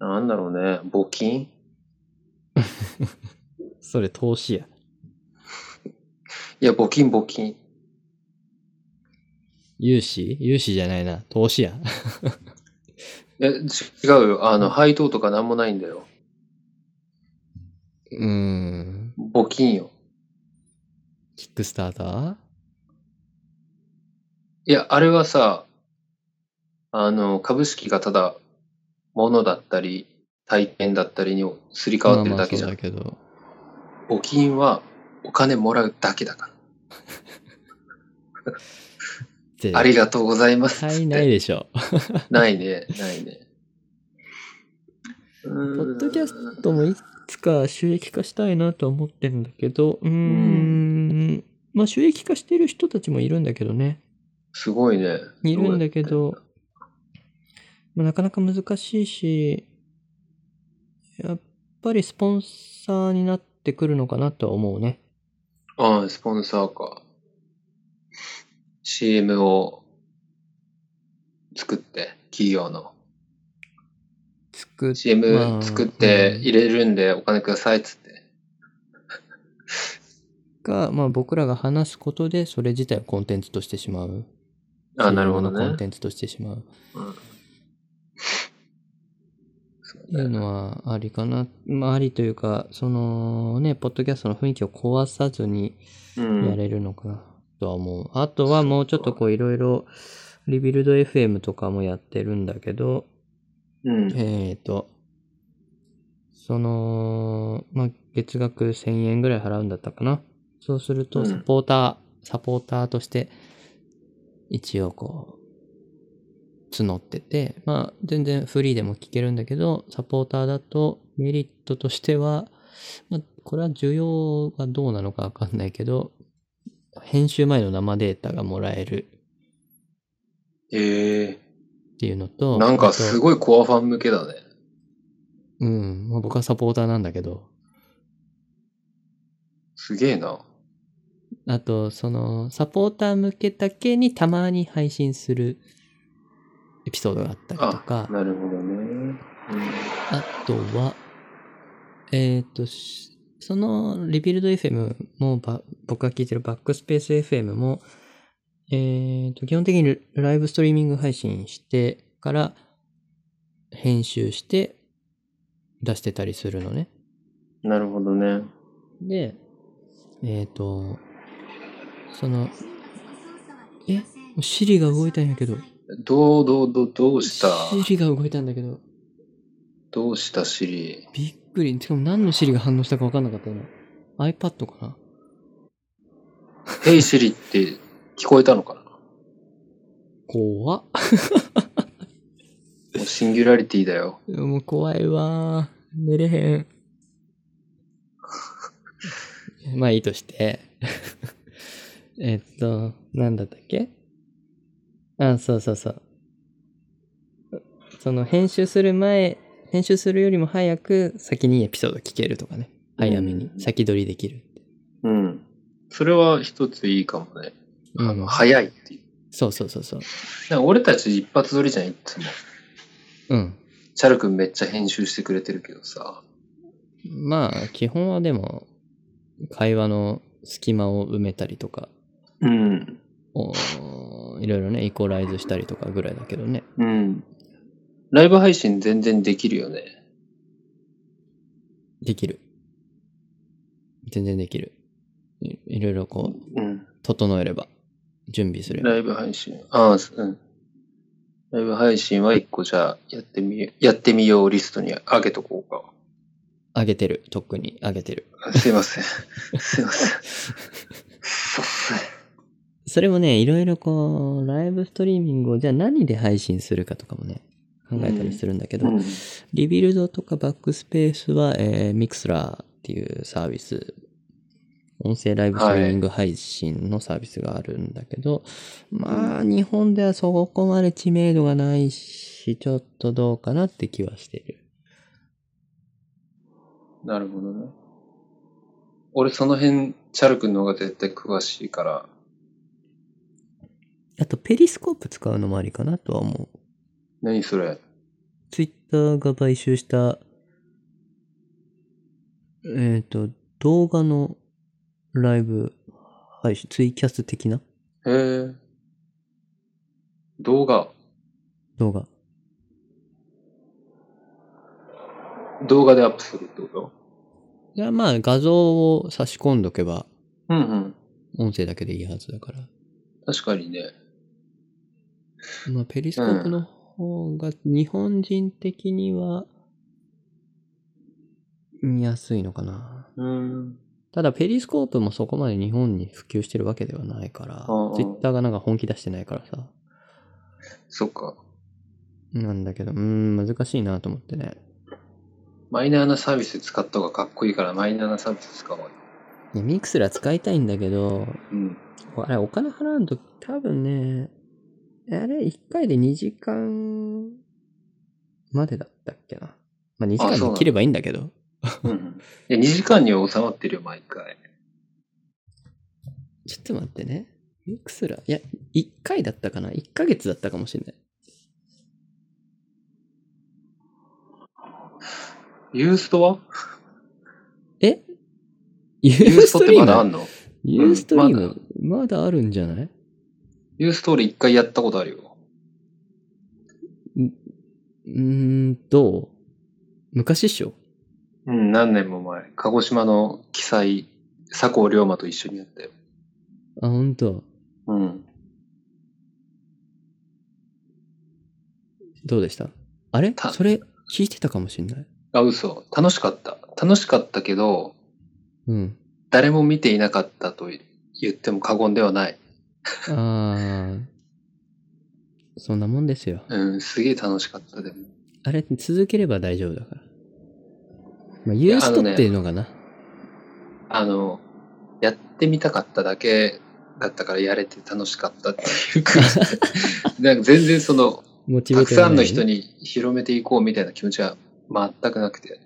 S1: は。なんだろうね、募金
S2: それ投資や。
S1: いや、募金、募金。
S2: 融資融資じゃないな、投資や。
S1: え、違うよ。あの、配当とかなんもないんだよ。
S2: うん。
S1: 募金よ。
S2: キックスターター
S1: いや、あれはさ、あの、株式がただ、物だったり、体験だったりにすり替わってるだけじゃん。
S2: まあまあそうだけど。
S1: 募金はお金もらうだけだか
S2: 絶
S1: ら。ありがとうございますっつって。
S2: 対ないでしょ。
S1: ないね、ないね。ポ
S2: ポッドキャストもいつか収益化したいなとは思ってるんだけど、うーん、まあ収益化してる人たちもいるんだけどね。
S1: すごいね。
S2: いるんだけど、まあなかなか難しいし、やっぱりスポンサーになってくるのかなとは思う
S1: どうやっ
S2: ね。
S1: て。ああ、スポンサーか。CM を作って、企業の。
S2: 作っ
S1: CM 作って入れるんでお金くださいっつって。
S2: か、まあ僕らが話すことで、それ自体をコンテンツとしてしまう。
S1: ああ、なるほど
S2: CM のコン
S1: ね
S2: テ。ンツとしてしまう。
S1: うんそう
S2: い
S1: だ
S2: う
S1: よね
S2: のはありかな。まあ、ありというか、そのね、ポッドキャストの雰囲気を壊さずに
S1: うん
S2: やれるのかなとは思う。あとはもうちょっとこういろいろ、リビルド FM とかもやってるんだけど、
S1: うん。
S2: えっ、と、その、まあ、月額1000円ぐらい払うんだったかな。そうする
S1: う
S2: と、
S1: ん
S2: サポーター、サポーターとして、一応こう、募ってて、まあ、全然フリーでも聞けるんだけど、サポーターだとメリットとしては、まあ、これは需要がどうなのかわかんないけど、編集前の生データがもらえる
S1: ええ
S2: っていうのと、
S1: なん
S2: あ
S1: か
S2: と
S1: すごいコアファン向けだね。
S2: うん、まあ、僕はサポーターなんだけど、
S1: すげえな。
S2: あと、その、サポーター向けだけにたまに配信するエピソードがあったりと
S1: あ
S2: か、、
S1: なるほどね。うん
S2: あとは、えっ、と、しそのリビルド FM も、ば僕が聞いてるバックスペース FM も、えっ、と、基本的にライブストリーミング配信してから、編集して、出してたりするのね。
S1: なるほどね。
S2: で、えっ、と、その、えシリが動いたんやけど、
S1: どう、どう、どう、どうした
S2: シリが動いたんだけど、
S1: どうしたシリ
S2: びっくり。しかも何のシリが反応したか分かんなかった今。iPad かな
S1: えいシリって聞こえたのかな
S2: 怖っ。
S1: もうシンギュラリティだよ。
S2: もう怖いわー。寝れへん。 まあいいとして。 えっと、なんだったっけあ、そうそうそう。その編集する前、編集するよりも早く先にエピソード聞けるとかね。早めに
S1: うん
S2: 先取りできる。
S1: うん。それは一ついいかもね。あ
S2: う
S1: の、
S2: ん
S1: 早いっていう。
S2: そうそうそうそう。
S1: なんか俺たち一発撮りじゃん、いつも。
S2: うん。
S1: チャル君めっちゃ編集してくれてるけどさ。
S2: まあ、基本はでも、会話の隙間を埋めたりとか、
S1: うん。
S2: おーいろいろね、イコライズしたりとかぐらいだけどね。
S1: うん。ライブ配信全然できるよね。
S2: できる。全然できる。いいろいろこう、
S1: うん。
S2: 整えれば、準備すれば。
S1: ライブ配信。ああ、うん。ライブ配信は一個じゃあ、やってみよう、やってみようリストに上げとこうか。
S2: 上げてる。とっくに上げてる。
S1: あすいま せん。すいません。そうっすね。
S2: それもね、いろいろこう、ライブストリーミングを、じゃあ何で配信するかとかもね、考えたりするんだけど、
S1: うん。
S2: リビルドとかバックスペースは、えー、ミクスラーっていうサービス、音声ライブストリーミング配信のサービスがあるんだけど、まあ、日本ではそこまで知名度がないし、ちょっとどうかなって気はしてる。
S1: なるほどね。俺その辺、チャル君の方が絶対詳しいから。
S2: あと、ペリスコープ使うのもありかなとは思う。
S1: 何それ
S2: ツイッターが買収した、えっ、と、動画のライブ配信、ツイキャス的な
S1: へえ。動画。
S2: 動画。
S1: 動画でアップするってこと
S2: いや、まあ、画像を差し込んどけば、
S1: うんうん。
S2: 音声だけでいいはずだから。
S1: 確かにね。
S2: まあ、ペリスコープの方が、日本人的には、見やすいのかな。
S1: うん。
S2: ただ、ペリスコープもそこまで日本に普及してるわけではないから、ツイ
S1: うんうん
S2: ッターがなんか本気出してないからさ。
S1: そっか。
S2: なんだけど、うーん、難しいなと思ってね。
S1: マイナーなサービス使った方がかっこいいから、マイナーなサービス使おうよ。
S2: いやミクスラ使いたいんだけど、
S1: うん。
S2: あれ、お金払うと多分ね、あれ、1回で2時間までだったっけな。まあ、2時
S1: あそうな
S2: 間
S1: の
S2: で切ればいいんだけど。
S1: うん。いや、2時間には収まってるよ、毎回。
S2: ちょっと待ってね。ミクスラ、いや、1回だったかな。1ヶ月だったかもしれない。
S1: ユーストは
S2: えユ
S1: ユ
S2: ー
S1: ース
S2: ス
S1: ト
S2: ト
S1: って
S2: リー
S1: まだあ
S2: ム
S1: んの
S2: ユーストリー
S1: うん
S2: ム、まだあるんじゃない
S1: ユースト俺一回やったことあるよ。
S2: うーん、どう昔っしょ
S1: うん、何年も前。鹿児島の記載、佐藤龍馬と一緒にやったよ。
S2: あ、ほんと。
S1: うん。
S2: どうでしたあれ
S1: た
S2: それ、聞いてたかもしれない。
S1: あ、嘘。楽しかった。楽しかったけど、
S2: うん。
S1: 誰も見ていなかったと言っても過言ではない。
S2: あー。そんなもんですよ。
S1: うん、すげえ楽しかった、でも。
S2: あれ、続ければ大丈夫だから。まあ、ユーストっていうのがな。
S1: あの、やってみたかっただけだったからやれて楽しかったっていう 感じでなんか全然その、
S2: モチ
S1: た
S2: ベー
S1: く
S2: トにな
S1: さ
S2: る
S1: ん
S2: ね
S1: の人に広めていこうみたいな気持ちは全くなくて。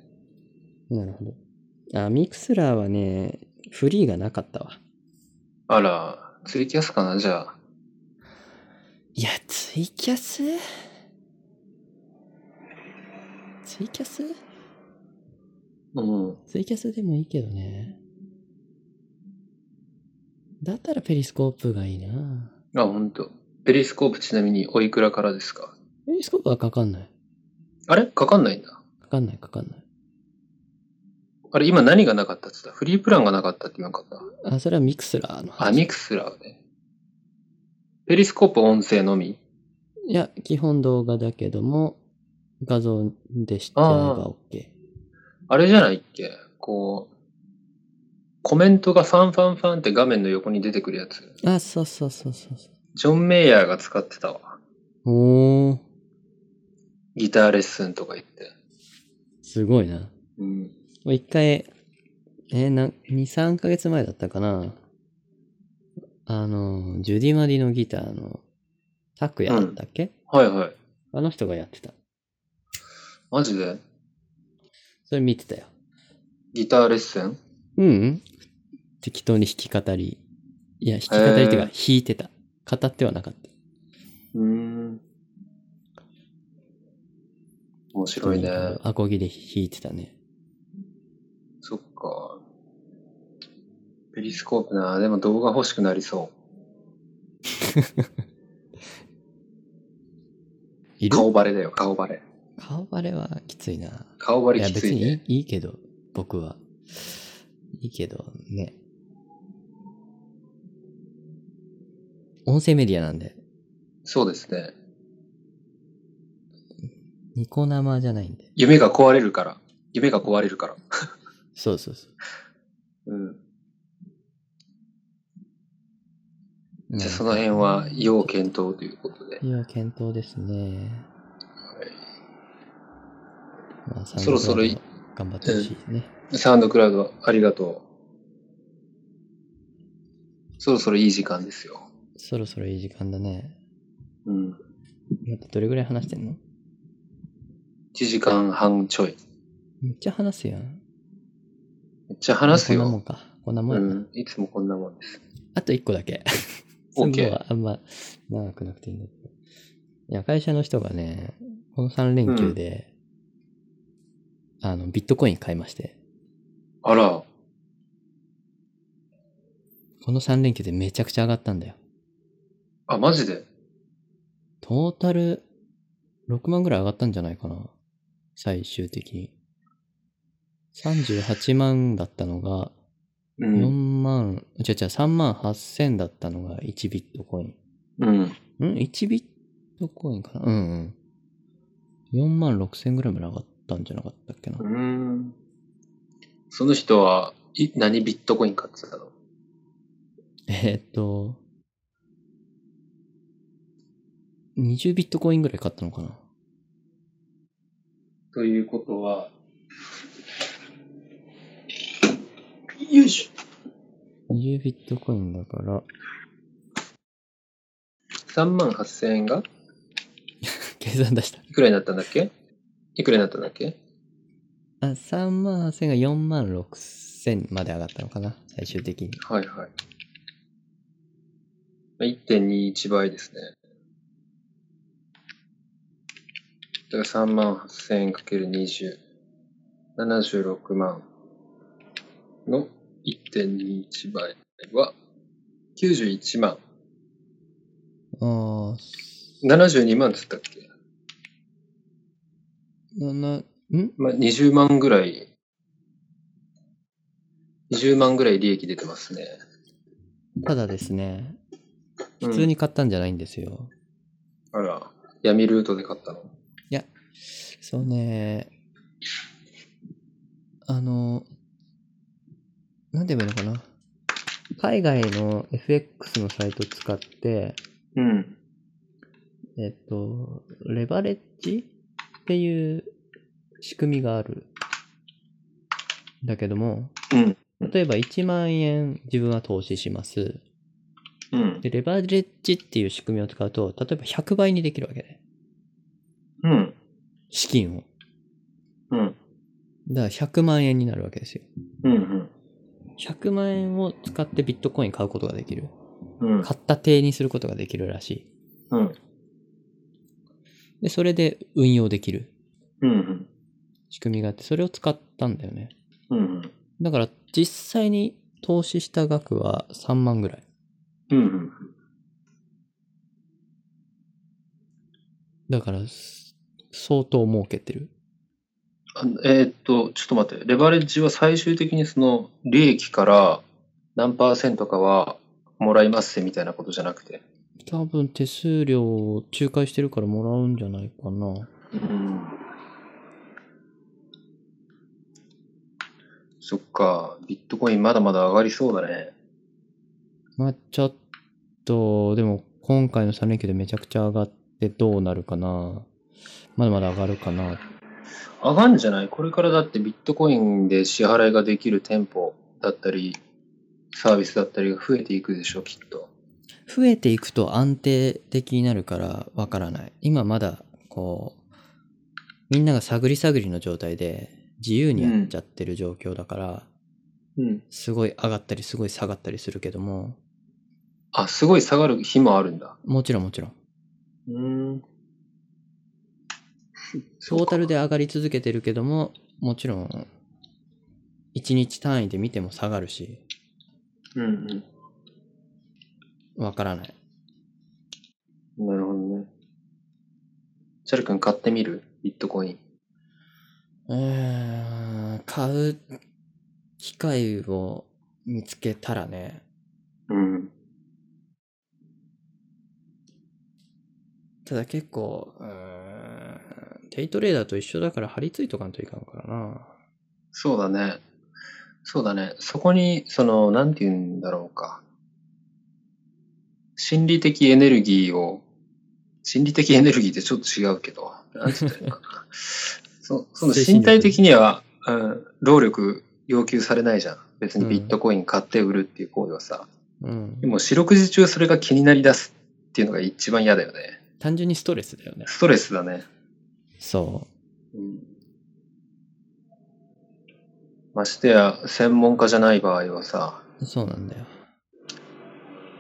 S2: なるほど。あ、ミクスラーはね、フリーがなかったわ。
S1: あら、ツイキャスかな、じゃあ。
S2: いや、ツイキャスツイキャス
S1: うん。
S2: ツイキャスでもいいけどね。だったらペリスコープがいいな。
S1: あ、本当。ペリスコープちなみにおいくらからですか
S2: ペリスコープはかかんない。
S1: あれかかんないんだ。
S2: かかんない、かかんない。
S1: あれ今何がなかったって言ったフリープランがなかったって言わなかった
S2: あ、それはミクスラーの話。
S1: あ、ミクスラーね。ペリスコープ音声のみ
S2: いや、基本動画だけども、画像で知ってれば OK。
S1: あれじゃないっけこう、コメントがファンファンファンって画面の横に出てくるやつ。
S2: あ、そうそうそうそうそ
S1: ジョン・メイヤーが使ってたわ。
S2: う。おー、
S1: ギターレッスンとか言って。
S2: すごいな。
S1: うん。
S2: もう一回、えー、な、2、3ヶ月前だったかな。あの、ジュディ・マディのギターの、タクヤだったっけ、
S1: はいはい。
S2: あの人がやってた。
S1: マジで
S2: それ見てたよ。
S1: ギターレッスン
S2: うん、うん、適当に弾き語り。いや、弾き語りっていう
S1: へ
S2: か、弾いてた。語ってはなかった。
S1: うーん。面白いね。
S2: アコギで弾いてたね。
S1: そっか。ペリスコープな。でも動画欲しくなりそ。
S2: いうる
S1: 顔バレだよ、顔バレ。
S2: 顔バレはきついな。
S1: 顔バ
S2: い
S1: レ
S2: や、
S1: きつ
S2: 別
S1: い
S2: にい
S1: ね。
S2: いいいけど、僕は。いいけど、ね。音声メディアなんで、
S1: そうですね。
S2: ニコ生じゃないんで。
S1: 夢が壊れるから。夢が壊れるから。
S2: そうそうそ
S1: う
S2: う。
S1: ん。
S2: うん
S1: じゃあその辺は要検討ということで。
S2: 要検討ですね。まあ、
S1: そろそろい
S2: サンドクラウド頑張ってほしいですね。
S1: サウンドクラウドありがとう。そろそろいい時間ですよ。
S2: そろそろいい時間だね。
S1: うん。
S2: 待って、どれぐらい話してんの
S1: 1時間半ちょい。
S2: めっちゃ話すやん。
S1: めっちゃ話す
S2: こんなもん
S1: よ。
S2: か。こんなもん
S1: う
S2: やな、
S1: ん。いつもこんなもんです。
S2: あと一個だ け。そ
S1: OK
S2: んなのはあんま長くなくていいんだけど。いや、会社の人がね、この3連休で、あの、ビットコイン買いまして、
S1: あら、
S2: この3連休でめちゃくちゃ上がったんだよ。
S1: あ、マジで
S2: トータル6万ぐらい上がったんじゃないかな。最終的に。38万だったのが、
S1: う
S2: 4
S1: ん。
S2: 万、違う違う、3万8000だったのが1ビットコイン。
S1: うん。
S2: ん ?1 ビットコインかなうんうん。4万6千ぐらいまで上がったんじゃなかったっけな
S1: う。ーん。その人は、い何ビットコイン買ってたの
S2: えーっと、20ビットコインぐらい買ったのかな
S1: ということは、よいし
S2: ?20 ビットコインだから、
S1: ょ。3万8000円が
S2: 計算出した。
S1: いくらになったんだっけいくらになったんだっけ
S2: あ、3万8千が4万6千まで上がったのかな最終的に。
S1: はいはい。1.21倍ですね。だから3万8000円かける20。76万の1.21倍は91万。
S2: あー、
S1: 72万つったっけ
S2: な、なん
S1: まあ、20万ぐらい、20万ぐらい利益出てますね。
S2: ただですね、
S1: う
S2: 普
S1: ん
S2: 通に買ったんじゃないんですよ。
S1: あら、闇ルートで買ったの。
S2: いや、そうね、あの、なんて言えばいいのかな。海外の FX のサイト使って、
S1: うん。
S2: えっと、レバレッジっていう仕組みがある。だけども、
S1: うん。
S2: 例えば1万円自分は投資します。
S1: うん。
S2: で、レバレッジっていう仕組みを使うと、例えば100倍にできるわけね。
S1: うん。
S2: 資金を。
S1: うん。
S2: だから100万円になるわけですよ。
S1: うん。
S2: 100万円を使ってビットコイン買うことができる。
S1: うん。
S2: 買った定にすることができるらし
S1: うん。
S2: い。で、それで運用できる。
S1: うん。
S2: 仕組みがあって、それを使ったんだよね。
S1: うん。
S2: だから実際に投資した額は3万ぐらい。
S1: うん。
S2: だから、す相当儲けてる。
S1: あえーっと、ちょっと待って、レバレッジは最終的にその利益から何パーセントかはもらいますせみたいなことじゃなくて。
S2: 多分手数料を仲介してるからもらうんじゃないかな。
S1: うん。そっか、ビットコインまだまだ上がりそうだね。
S2: まあちょっと、でも今回の3連休でめちゃくちゃ上がってどうなるかな。まだまだ上がるかな。
S1: 上がんじゃないこれからだってビットコインで支払いができる店舗だったり、サービスだったりが増えていくでしょ、きっと。
S2: 増えていくと安定的になるからわからない。今まだこう、みんなが探り探りの状態で自由にやっちゃってる状況だから、
S1: うん。
S2: すごい上がったりすごい下がったりするけども、
S1: あ、すごい下がる日もあるんだ。
S2: もちろんもちろん。
S1: うん。
S2: トータルで上がり続けてるけども、もちろん、1日単位で見ても下がるし、
S1: うんうん。
S2: わからない。
S1: なるほどね。チャル君買ってみるビットコイン。
S2: うーん、買う機会を見つけたらね、
S1: うん。
S2: ただ結構、うーん、デイトレーダーと一緒だから張り付いとかんといかんからな。
S1: そうだね。そうだね。そこに、その、なんて言うんだろうか。心理的エネルギーを、心理的エネルギーってちょっと違うけど、なんて言ったらいいのかな。 そその
S2: 精神
S1: 身
S2: 力
S1: 体的には、うん、労力要求されないじゃん。別にビットコイン買って売るっていう行為はさ。
S2: うん
S1: で。も四六時中それが気になりだすっていうのが一番嫌だよね。
S2: 単純にストレスだよね。
S1: ストレスだね。
S2: そ
S1: ましてや、専門家じゃない場合はさ、
S2: う。そうなんだよ。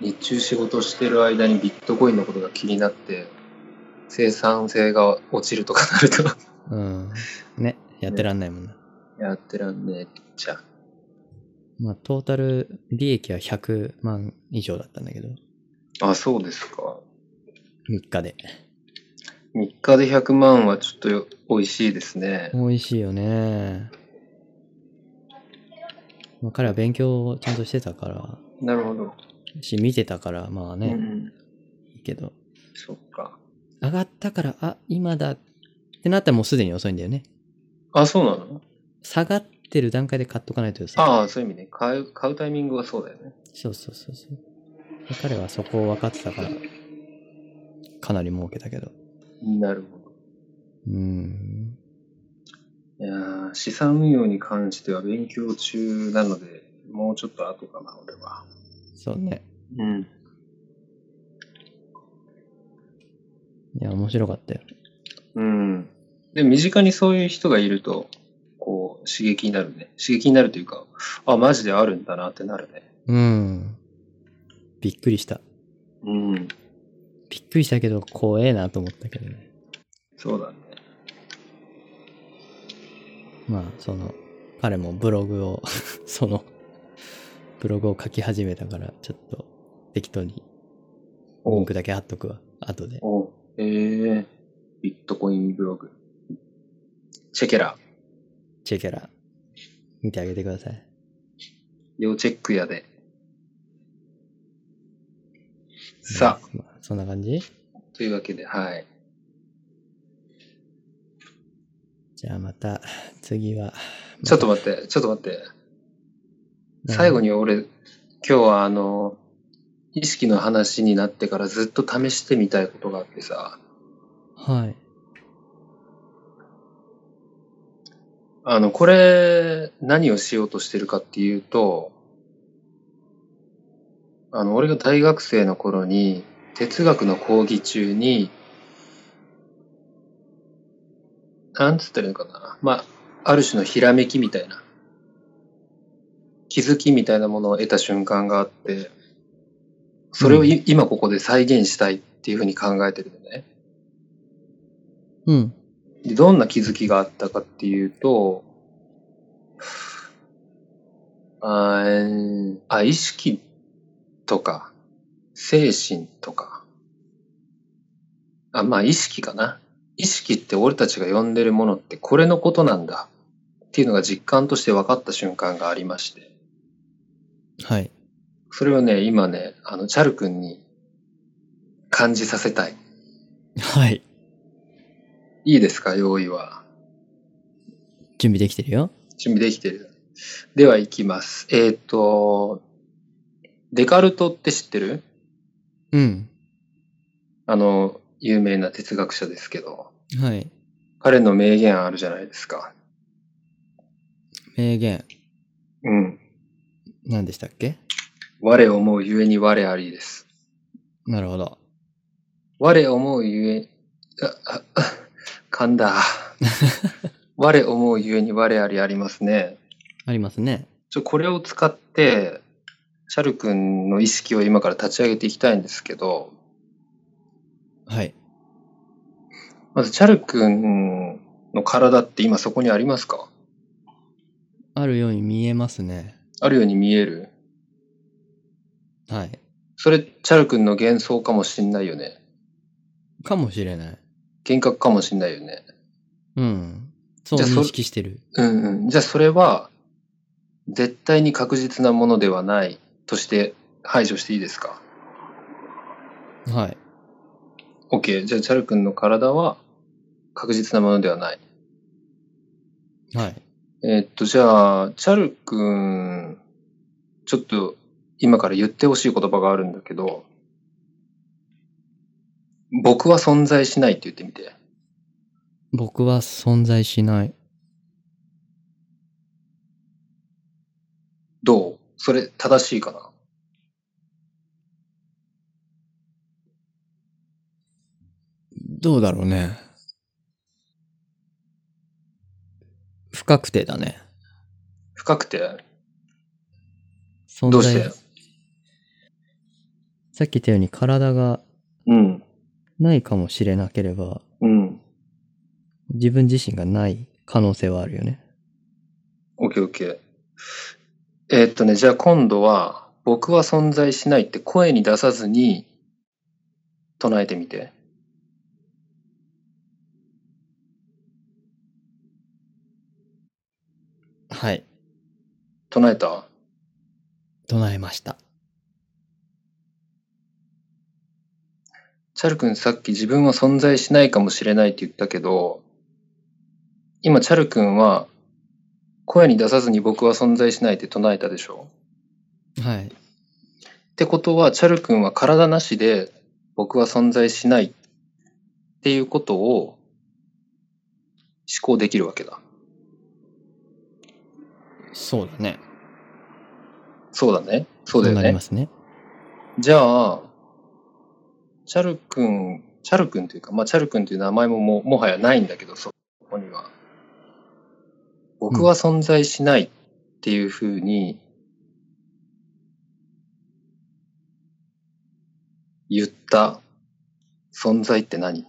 S1: 日中仕事してる間にビットコインのことが気になって、生産性が落ちるとかな ると、
S2: うん。ね、やってらんないもんな。
S1: やってらんねえじゃん。
S2: まあ、トータル利益は100万以上だったんだけど、
S1: あ、そうですか。
S2: 3日で。
S1: 3日で100万はちょっとよ美味しいですね。
S2: 美味しいよね。まあ、彼は勉強をちゃんとしてたから、
S1: なるほど。
S2: し、見てたから、まあ
S1: うんう
S2: ね、
S1: ん。
S2: いいけど、
S1: そっか。
S2: 上がったから、あ、今だってなったらもうすでに遅いんだよね。
S1: あ、そうなの
S2: 下がってる段階で買っとかないとさ。
S1: ああ、そういう意味ね。買う、買うタイミングはそうだよね。
S2: そうそうそうそう。で彼はそこを分かってたから、かなり儲けたけど。
S1: なるほど。
S2: うん。
S1: いやー資産運用に関しては勉強中なので、もうちょっと後かな、俺は。
S2: そうね。
S1: うん。
S2: いや、面白かったよ。
S1: うん。で、身近にそういう人がいると、こう、刺激になるね。刺激になるというか、あ、マジであるんだなってなるね。
S2: うん。びっくりした。
S1: うん。
S2: びっくりしたけど、怖えなと思ったけどね。
S1: そうだね。
S2: まあ、その、彼もブログを、 その、ブログを書き始めたから、ちょっと適当にリンクだけ貼っとくわ。後で。
S1: おうえー、ビットコインブログ。チェケラ、
S2: チェケラ、見てあげてください。
S1: 要チェックやで。さあ、
S2: まあ、そんな感じ
S1: というわけで、はい。
S2: じゃあまた、次は。
S1: ちょっと待って、ちょっと待って。
S2: また
S1: 最後。に俺、今日はあの、意識の話になってからずっと試してみたいことがあってさ、
S2: はい。
S1: あの、これ、何をしようとしてるかっていうと、あの、俺が大学生の頃に、哲学の講義中に、なんつったらいいのかな。まあ、ある種のひらめきみたいな、気づきみたいなものを得た瞬間があって、それをい、今ここで再現したいっていうふうに考えてるのね。
S2: うん。
S1: でどんな気づきがあったかっていうと、あーあ、意識とか、精神とか、あ、まあ意識かな。意識って俺たちが呼んでるものってこれのことなんだっていうのが実感として分かった瞬間がありまして。
S2: はい。
S1: それをね、今ね、あの、チャル君に感じさせたい。
S2: はい。
S1: いいですか、用意は。
S2: 準備できてるよ。
S1: 準備できてる。では、行きます。えっ、と、デカルトって知ってる
S2: うん。
S1: あの、有名な哲学者ですけど、
S2: はい。
S1: 彼の名言あるじゃないですか。
S2: 名言。
S1: うん。
S2: 何でしたっけ
S1: 我思うゆえに我ありです。
S2: なるほど。
S1: 我思うゆえ、あ、あ、 噛んだ。 我思うゆえに我ありありますね。
S2: ありますね。
S1: ちょ、これを使って、シャル君の意識を今から立ち上げていきたいんですけど、
S2: はい。
S1: まず、シャル君の体って今そこにありますか
S2: あるように見えますね。
S1: あるように見える。
S2: はい。
S1: それ、シャル君の幻想かもしんないよね。
S2: かもしれない。
S1: 幻覚かもしんないよね。
S2: うん。そう
S1: じゃあそ
S2: 認識してる。
S1: うんうん。じゃあ、それは、絶対に確実なものではないとして排除していいですか
S2: はい。
S1: ?OK。じゃあ、シャル君の体は確実なものではない。
S2: はい。
S1: えっと、じゃあ、チャル君、ちょっと今から言ってほしい言葉があるんだけど、僕は存在しないって言ってみて。
S2: 僕は存在しない。
S1: どうそれ正しいかな
S2: どうだろうね。不確定だね。
S1: 深くて。
S2: 存在
S1: どうして
S2: さっき言ったように体が
S1: うん。
S2: ないかもしれなければ、
S1: うん。
S2: 自分自身がない可能性はあるよね。
S1: オッケーオッケー。えっとね、じゃあ今度は、僕は存在しないって声に出さずに唱えてみて。
S2: はい。
S1: 唱えた
S2: 唱えました。
S1: チャル君さっき自分は存在しないかもしれないって言ったけど、今チャル君は声に出さずに僕は存在しないって唱えたでしょ
S2: はい。
S1: ってことはチャル君は体なしで僕は存在しないっていうことを思考できるわけだ。
S2: そうだね。
S1: そうだね。そうだよ
S2: なりま
S1: ね。
S2: すね。
S1: じゃあ、チャル君、チャル君というか、まあチャル君という名前もももはやないんだけど、そこには。僕は存在しないっていうふうに、言った存在って何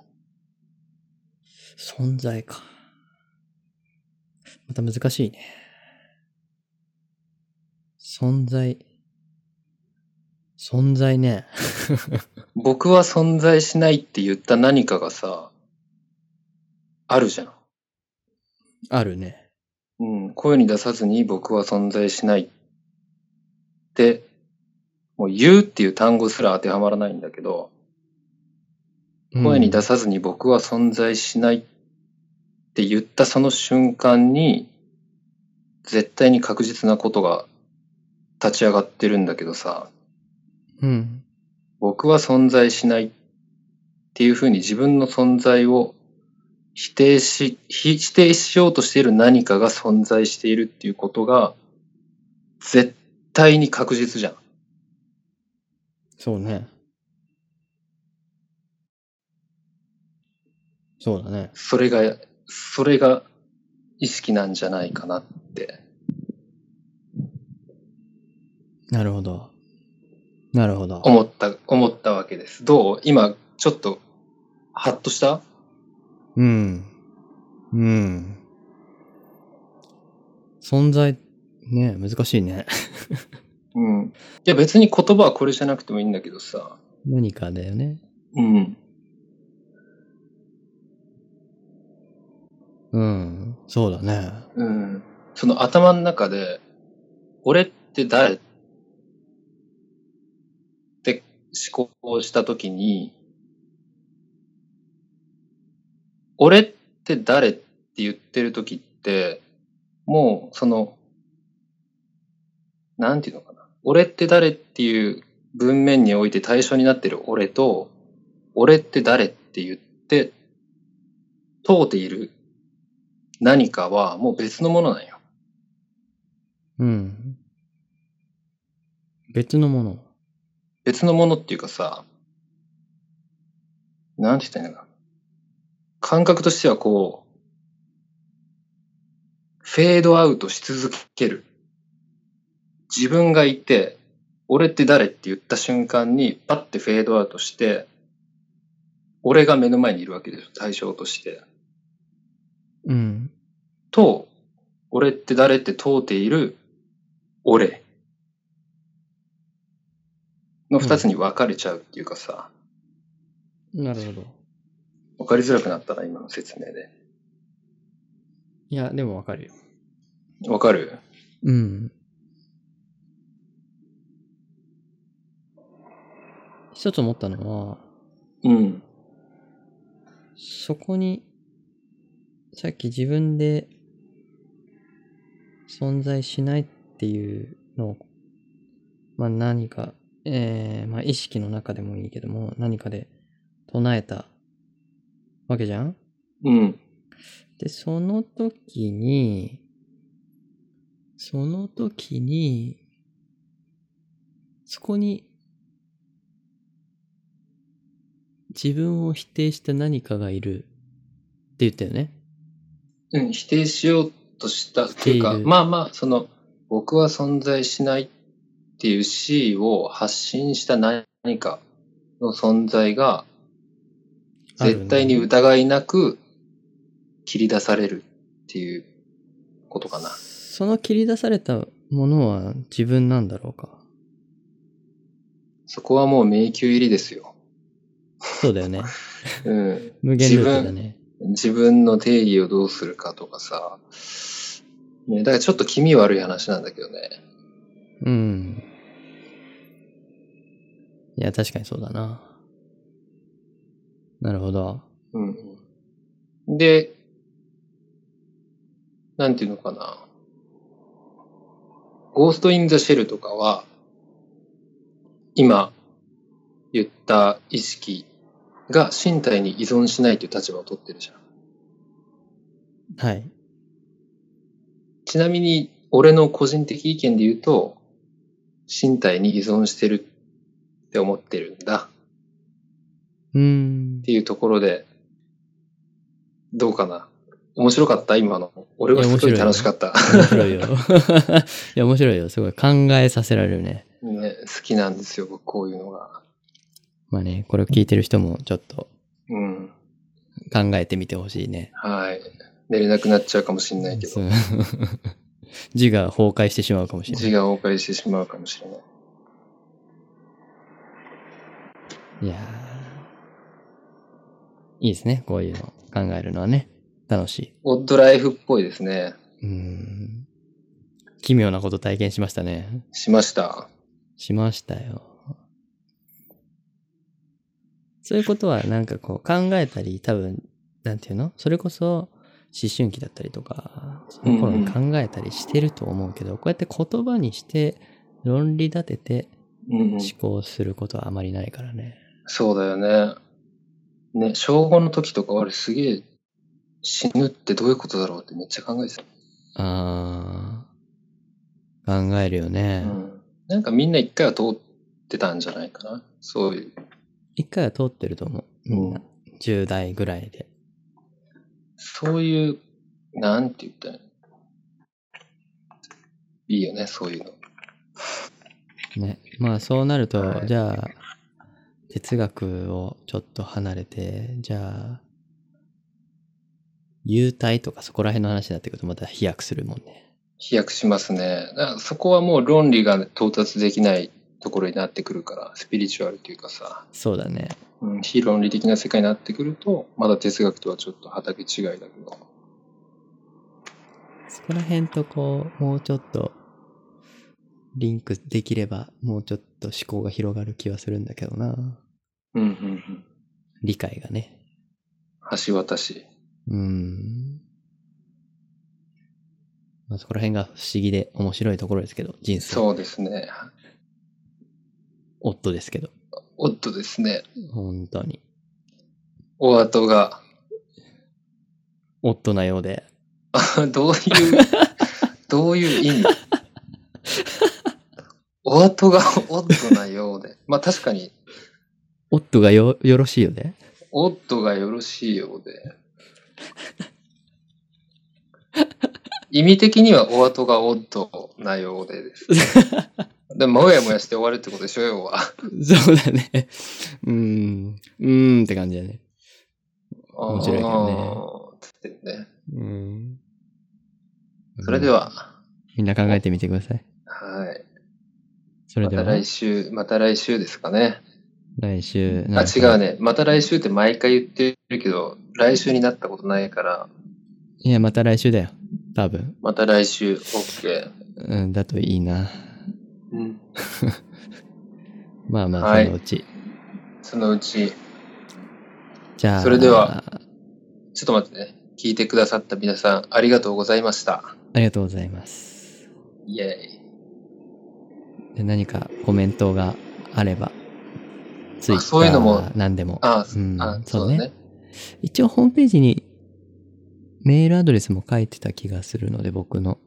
S2: 存在か。また難しいね。存在。存在ね。
S1: 僕は存在しないって言った何かがさ、あるじゃん。
S2: あるね。
S1: うん、声に出さずに僕は存在しないって、もう言うっていう単語すら当てはまらないんだけど、声に出
S2: す。
S1: さずに僕は存在しないって言ったその瞬間に、絶対に確実なことが立ち上がってるんだけどさ、
S2: うん。
S1: 僕は存在しないっていうふうに自分の存在を否定し、ひ否定しようとしている何かが存在しているっていうことが、絶対に確実じゃん。
S2: そうね。そうだね。
S1: それが、それが意識なんじゃないかなって。
S2: なるほど。なるほど。
S1: 思った、思ったわけです。どう今、ちょっと、ハッとした
S2: うん。うん。存在、ね、難しいね。
S1: うん。いや別に言葉はこれじゃなくてもいいんだけどさ。
S2: 何かだよね。
S1: うん。
S2: うん。そうだね。
S1: うん。その頭の中で、俺って誰って思考をしたときに、俺って誰って言ってるときって、もうその、なんていうのかな。俺って誰っていう文面において対象になってる俺と、俺って誰って言って、問うている何かはもう別のものなんよ。
S2: うん。別のもの。
S1: 別のものっていうかさ、なんて言ったらいいのかな。感覚としてはこう、フェードアウトし続ける。自分がいて、俺って誰って言った瞬間に、パッてフェードアウトして、俺が目の前にいるわけですよ、対象として。
S2: うん。
S1: と、俺って誰って問うている、俺。の二つに分かれちゃうっていうかさ、
S2: なるほど。
S1: 分かりづらくなったな、今の説明で。
S2: いや、でもわかるよ。
S1: 分かる
S2: うん。一つ思ったのは、
S1: うん。
S2: そこに、さっき自分で存在しないっていうのを、まあ何か、えー、まあ意識の中でもいいけども、何かで唱えたわけじゃん
S1: うん。
S2: で、その時に、その時に、そこに、自分を否定した何かがいるって言ったよね。
S1: うん、否定しようとしたっていう
S2: 否
S1: か、
S2: 定
S1: まあまあ、その、僕は存在しないっていう C を発信した何かの存在が、
S2: あるね
S1: 絶対に疑いなく切り出されるっていうことかな。
S2: その切り出されたものは自分なんだろうか。
S1: そこはもう迷宮入りですよ。
S2: そうだよね。
S1: うん。
S2: 無限ループだね。
S1: 自分の定義をどうするかとかさ。ね、だからちょっと気味悪い話なんだけどね。
S2: うん。いや、確かにそうだな。なるほど。
S1: うん。で、なんていうのかな。ゴースト・イン・ザ・シェルとかは、今言った意識が身体に依存しないという立場を取ってるじゃん。
S2: はい。
S1: ちなみに、俺の個人的意見で言うと、身体に依存してるって思ってるんだ
S2: うん
S1: っ。ていうところで、どうかな。面白かった今の。俺はすごい楽しかった。
S2: 面白いよ。 いや、面白いよ。すごい考えさせられるね。
S1: ね、好きなんですよ、僕こういうのが。
S2: まあね、これを聞いてる人もちょっと
S1: うん。
S2: 考えてみてほしいね。
S1: はい。寝れなくなっちゃうかもしれないけ
S2: そ
S1: ど、
S2: う自我崩壊してしまうかもしれな
S1: 字
S2: い。
S1: が崩壊してしまうかもしれない。
S2: いやーいいですね。こういうの考えるのはね。楽し
S1: オッドライフっぽいですね。
S2: い。うーん。奇妙なこと体験しましたね。
S1: しました。
S2: しましたよ。そういうことはなんかこう考えたり多分なんていうのそれこそ思春期だったりとかその頃に考えたりしてると思うけど、こうやって言葉にして論理立てて
S1: うん、うん。
S2: 思考することはあまりないからね。
S1: そうだよね。ね、小5の時とか俺すげえ死ぬってどういうことだろうってめっちゃ考えてた。
S2: あー考えるよ
S1: う
S2: ね。
S1: ん。なんかみんな一回は通ってたんじゃないかな。そういう。
S2: 一回は通ってると思う。みんな、
S1: うん
S2: 10代ぐらいで。
S1: そういう、なんて言ったらいいのいいよね、そういうの。
S2: ね。まあそうなると、
S1: はい
S2: じゃあ、哲学をちょっと離れて、じゃあ、優待とかそこら辺の話になってくるとまた飛躍するもんね。
S1: 飛躍しますね。だからそこはもう論理が到達できないところになってくるから、スピリチュアルというかさ、
S2: そうだね。
S1: うん、非論理的な世界になってくると、まだ哲学とはちょっと畑違いだけど。
S2: そこら辺とこう、もうちょっと、リンクできれば、もうちょっと思考が広がる気はするんだけど
S1: うん
S2: な。
S1: うんうん。
S2: 理解がね。
S1: 橋渡し。
S2: うん。まあ、そこら辺が不思議で面白いところですけど、人生。
S1: そうですね。
S2: 夫ですけど。
S1: おっとですね。
S2: 本当に。
S1: お後が、
S2: 夫なようで。
S1: あどう いう、どういう 意味お後がおっとなようで。まあ確かに、
S2: 夫がよ、よろしいよね。
S1: おっとがよろしいようで。意味的にはお後がおっとなようでです。でも、もやもやして終わるってことでしょ、要は。
S2: そうだね。うん。うーんって感じだね。面白いけどね
S1: あーつってね。
S2: うん。
S1: それで。は、
S2: みんな考えてみてください。
S1: はい。
S2: それ
S1: ま
S2: では
S1: た。来週、また来週ですかね。
S2: 来週。
S1: あ、
S2: なんか
S1: 違う。ね。また来週って毎回言ってるけど、来週になったことないから、
S2: いや、また来週だよ。多分。
S1: また来週、OK。
S2: うん、だといいな。
S1: うん。
S2: まあまあ、
S1: はい
S2: そのうち。
S1: そのうち、
S2: じゃあ。
S1: それでは。ちょっと待ってね。聞いてくださった皆さん、ありがとうございました。
S2: ありがとうございます。
S1: イェイ。
S2: で何かコメントがあれば、ツイッター
S1: そういうのも
S2: 何でも。
S1: あ、
S2: うん
S1: あ
S2: そ
S1: そうう
S2: だ
S1: だ
S2: ね
S1: ね。
S2: 一応ホームページにメールアドレスも書いてた気がするので、僕の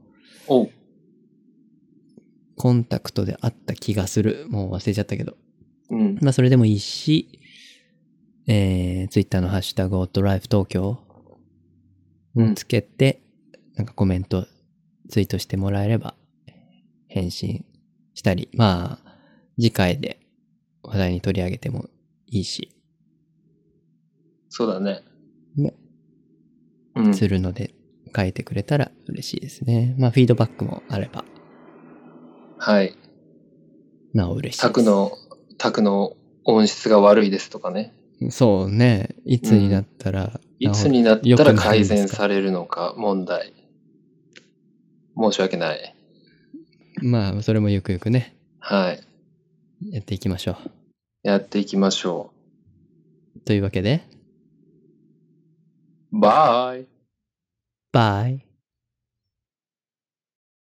S1: おう
S2: コンタクトであった気がする。もう忘れちゃったけど。
S1: うん。
S2: まあ、それでもいいし、えー、ツイッターのハッシュタグ、オットライフ東京を
S1: うん
S2: つけて、なんかコメント、ツイートしてもらえれば、返信したり、まあ、次回で話題に取り上げてもいいし、
S1: そうだね。
S2: ね
S1: うん。
S2: するので、書いてくれたら嬉しいですね。まあ、フィードバックもあれば、
S1: はい。
S2: なお嬉しいです。
S1: 拓の、拓の音質が悪いですとかね。
S2: そうね。いつになったら、
S1: いつになった
S2: よくな
S1: ら
S2: るんですか
S1: 改善されるのか問題。申し訳ない。
S2: まあ、それもゆくゆくね、
S1: はい。
S2: やっていきましょう。
S1: やっていきましょ
S2: というわけで、
S1: う。バイ。
S2: バイ。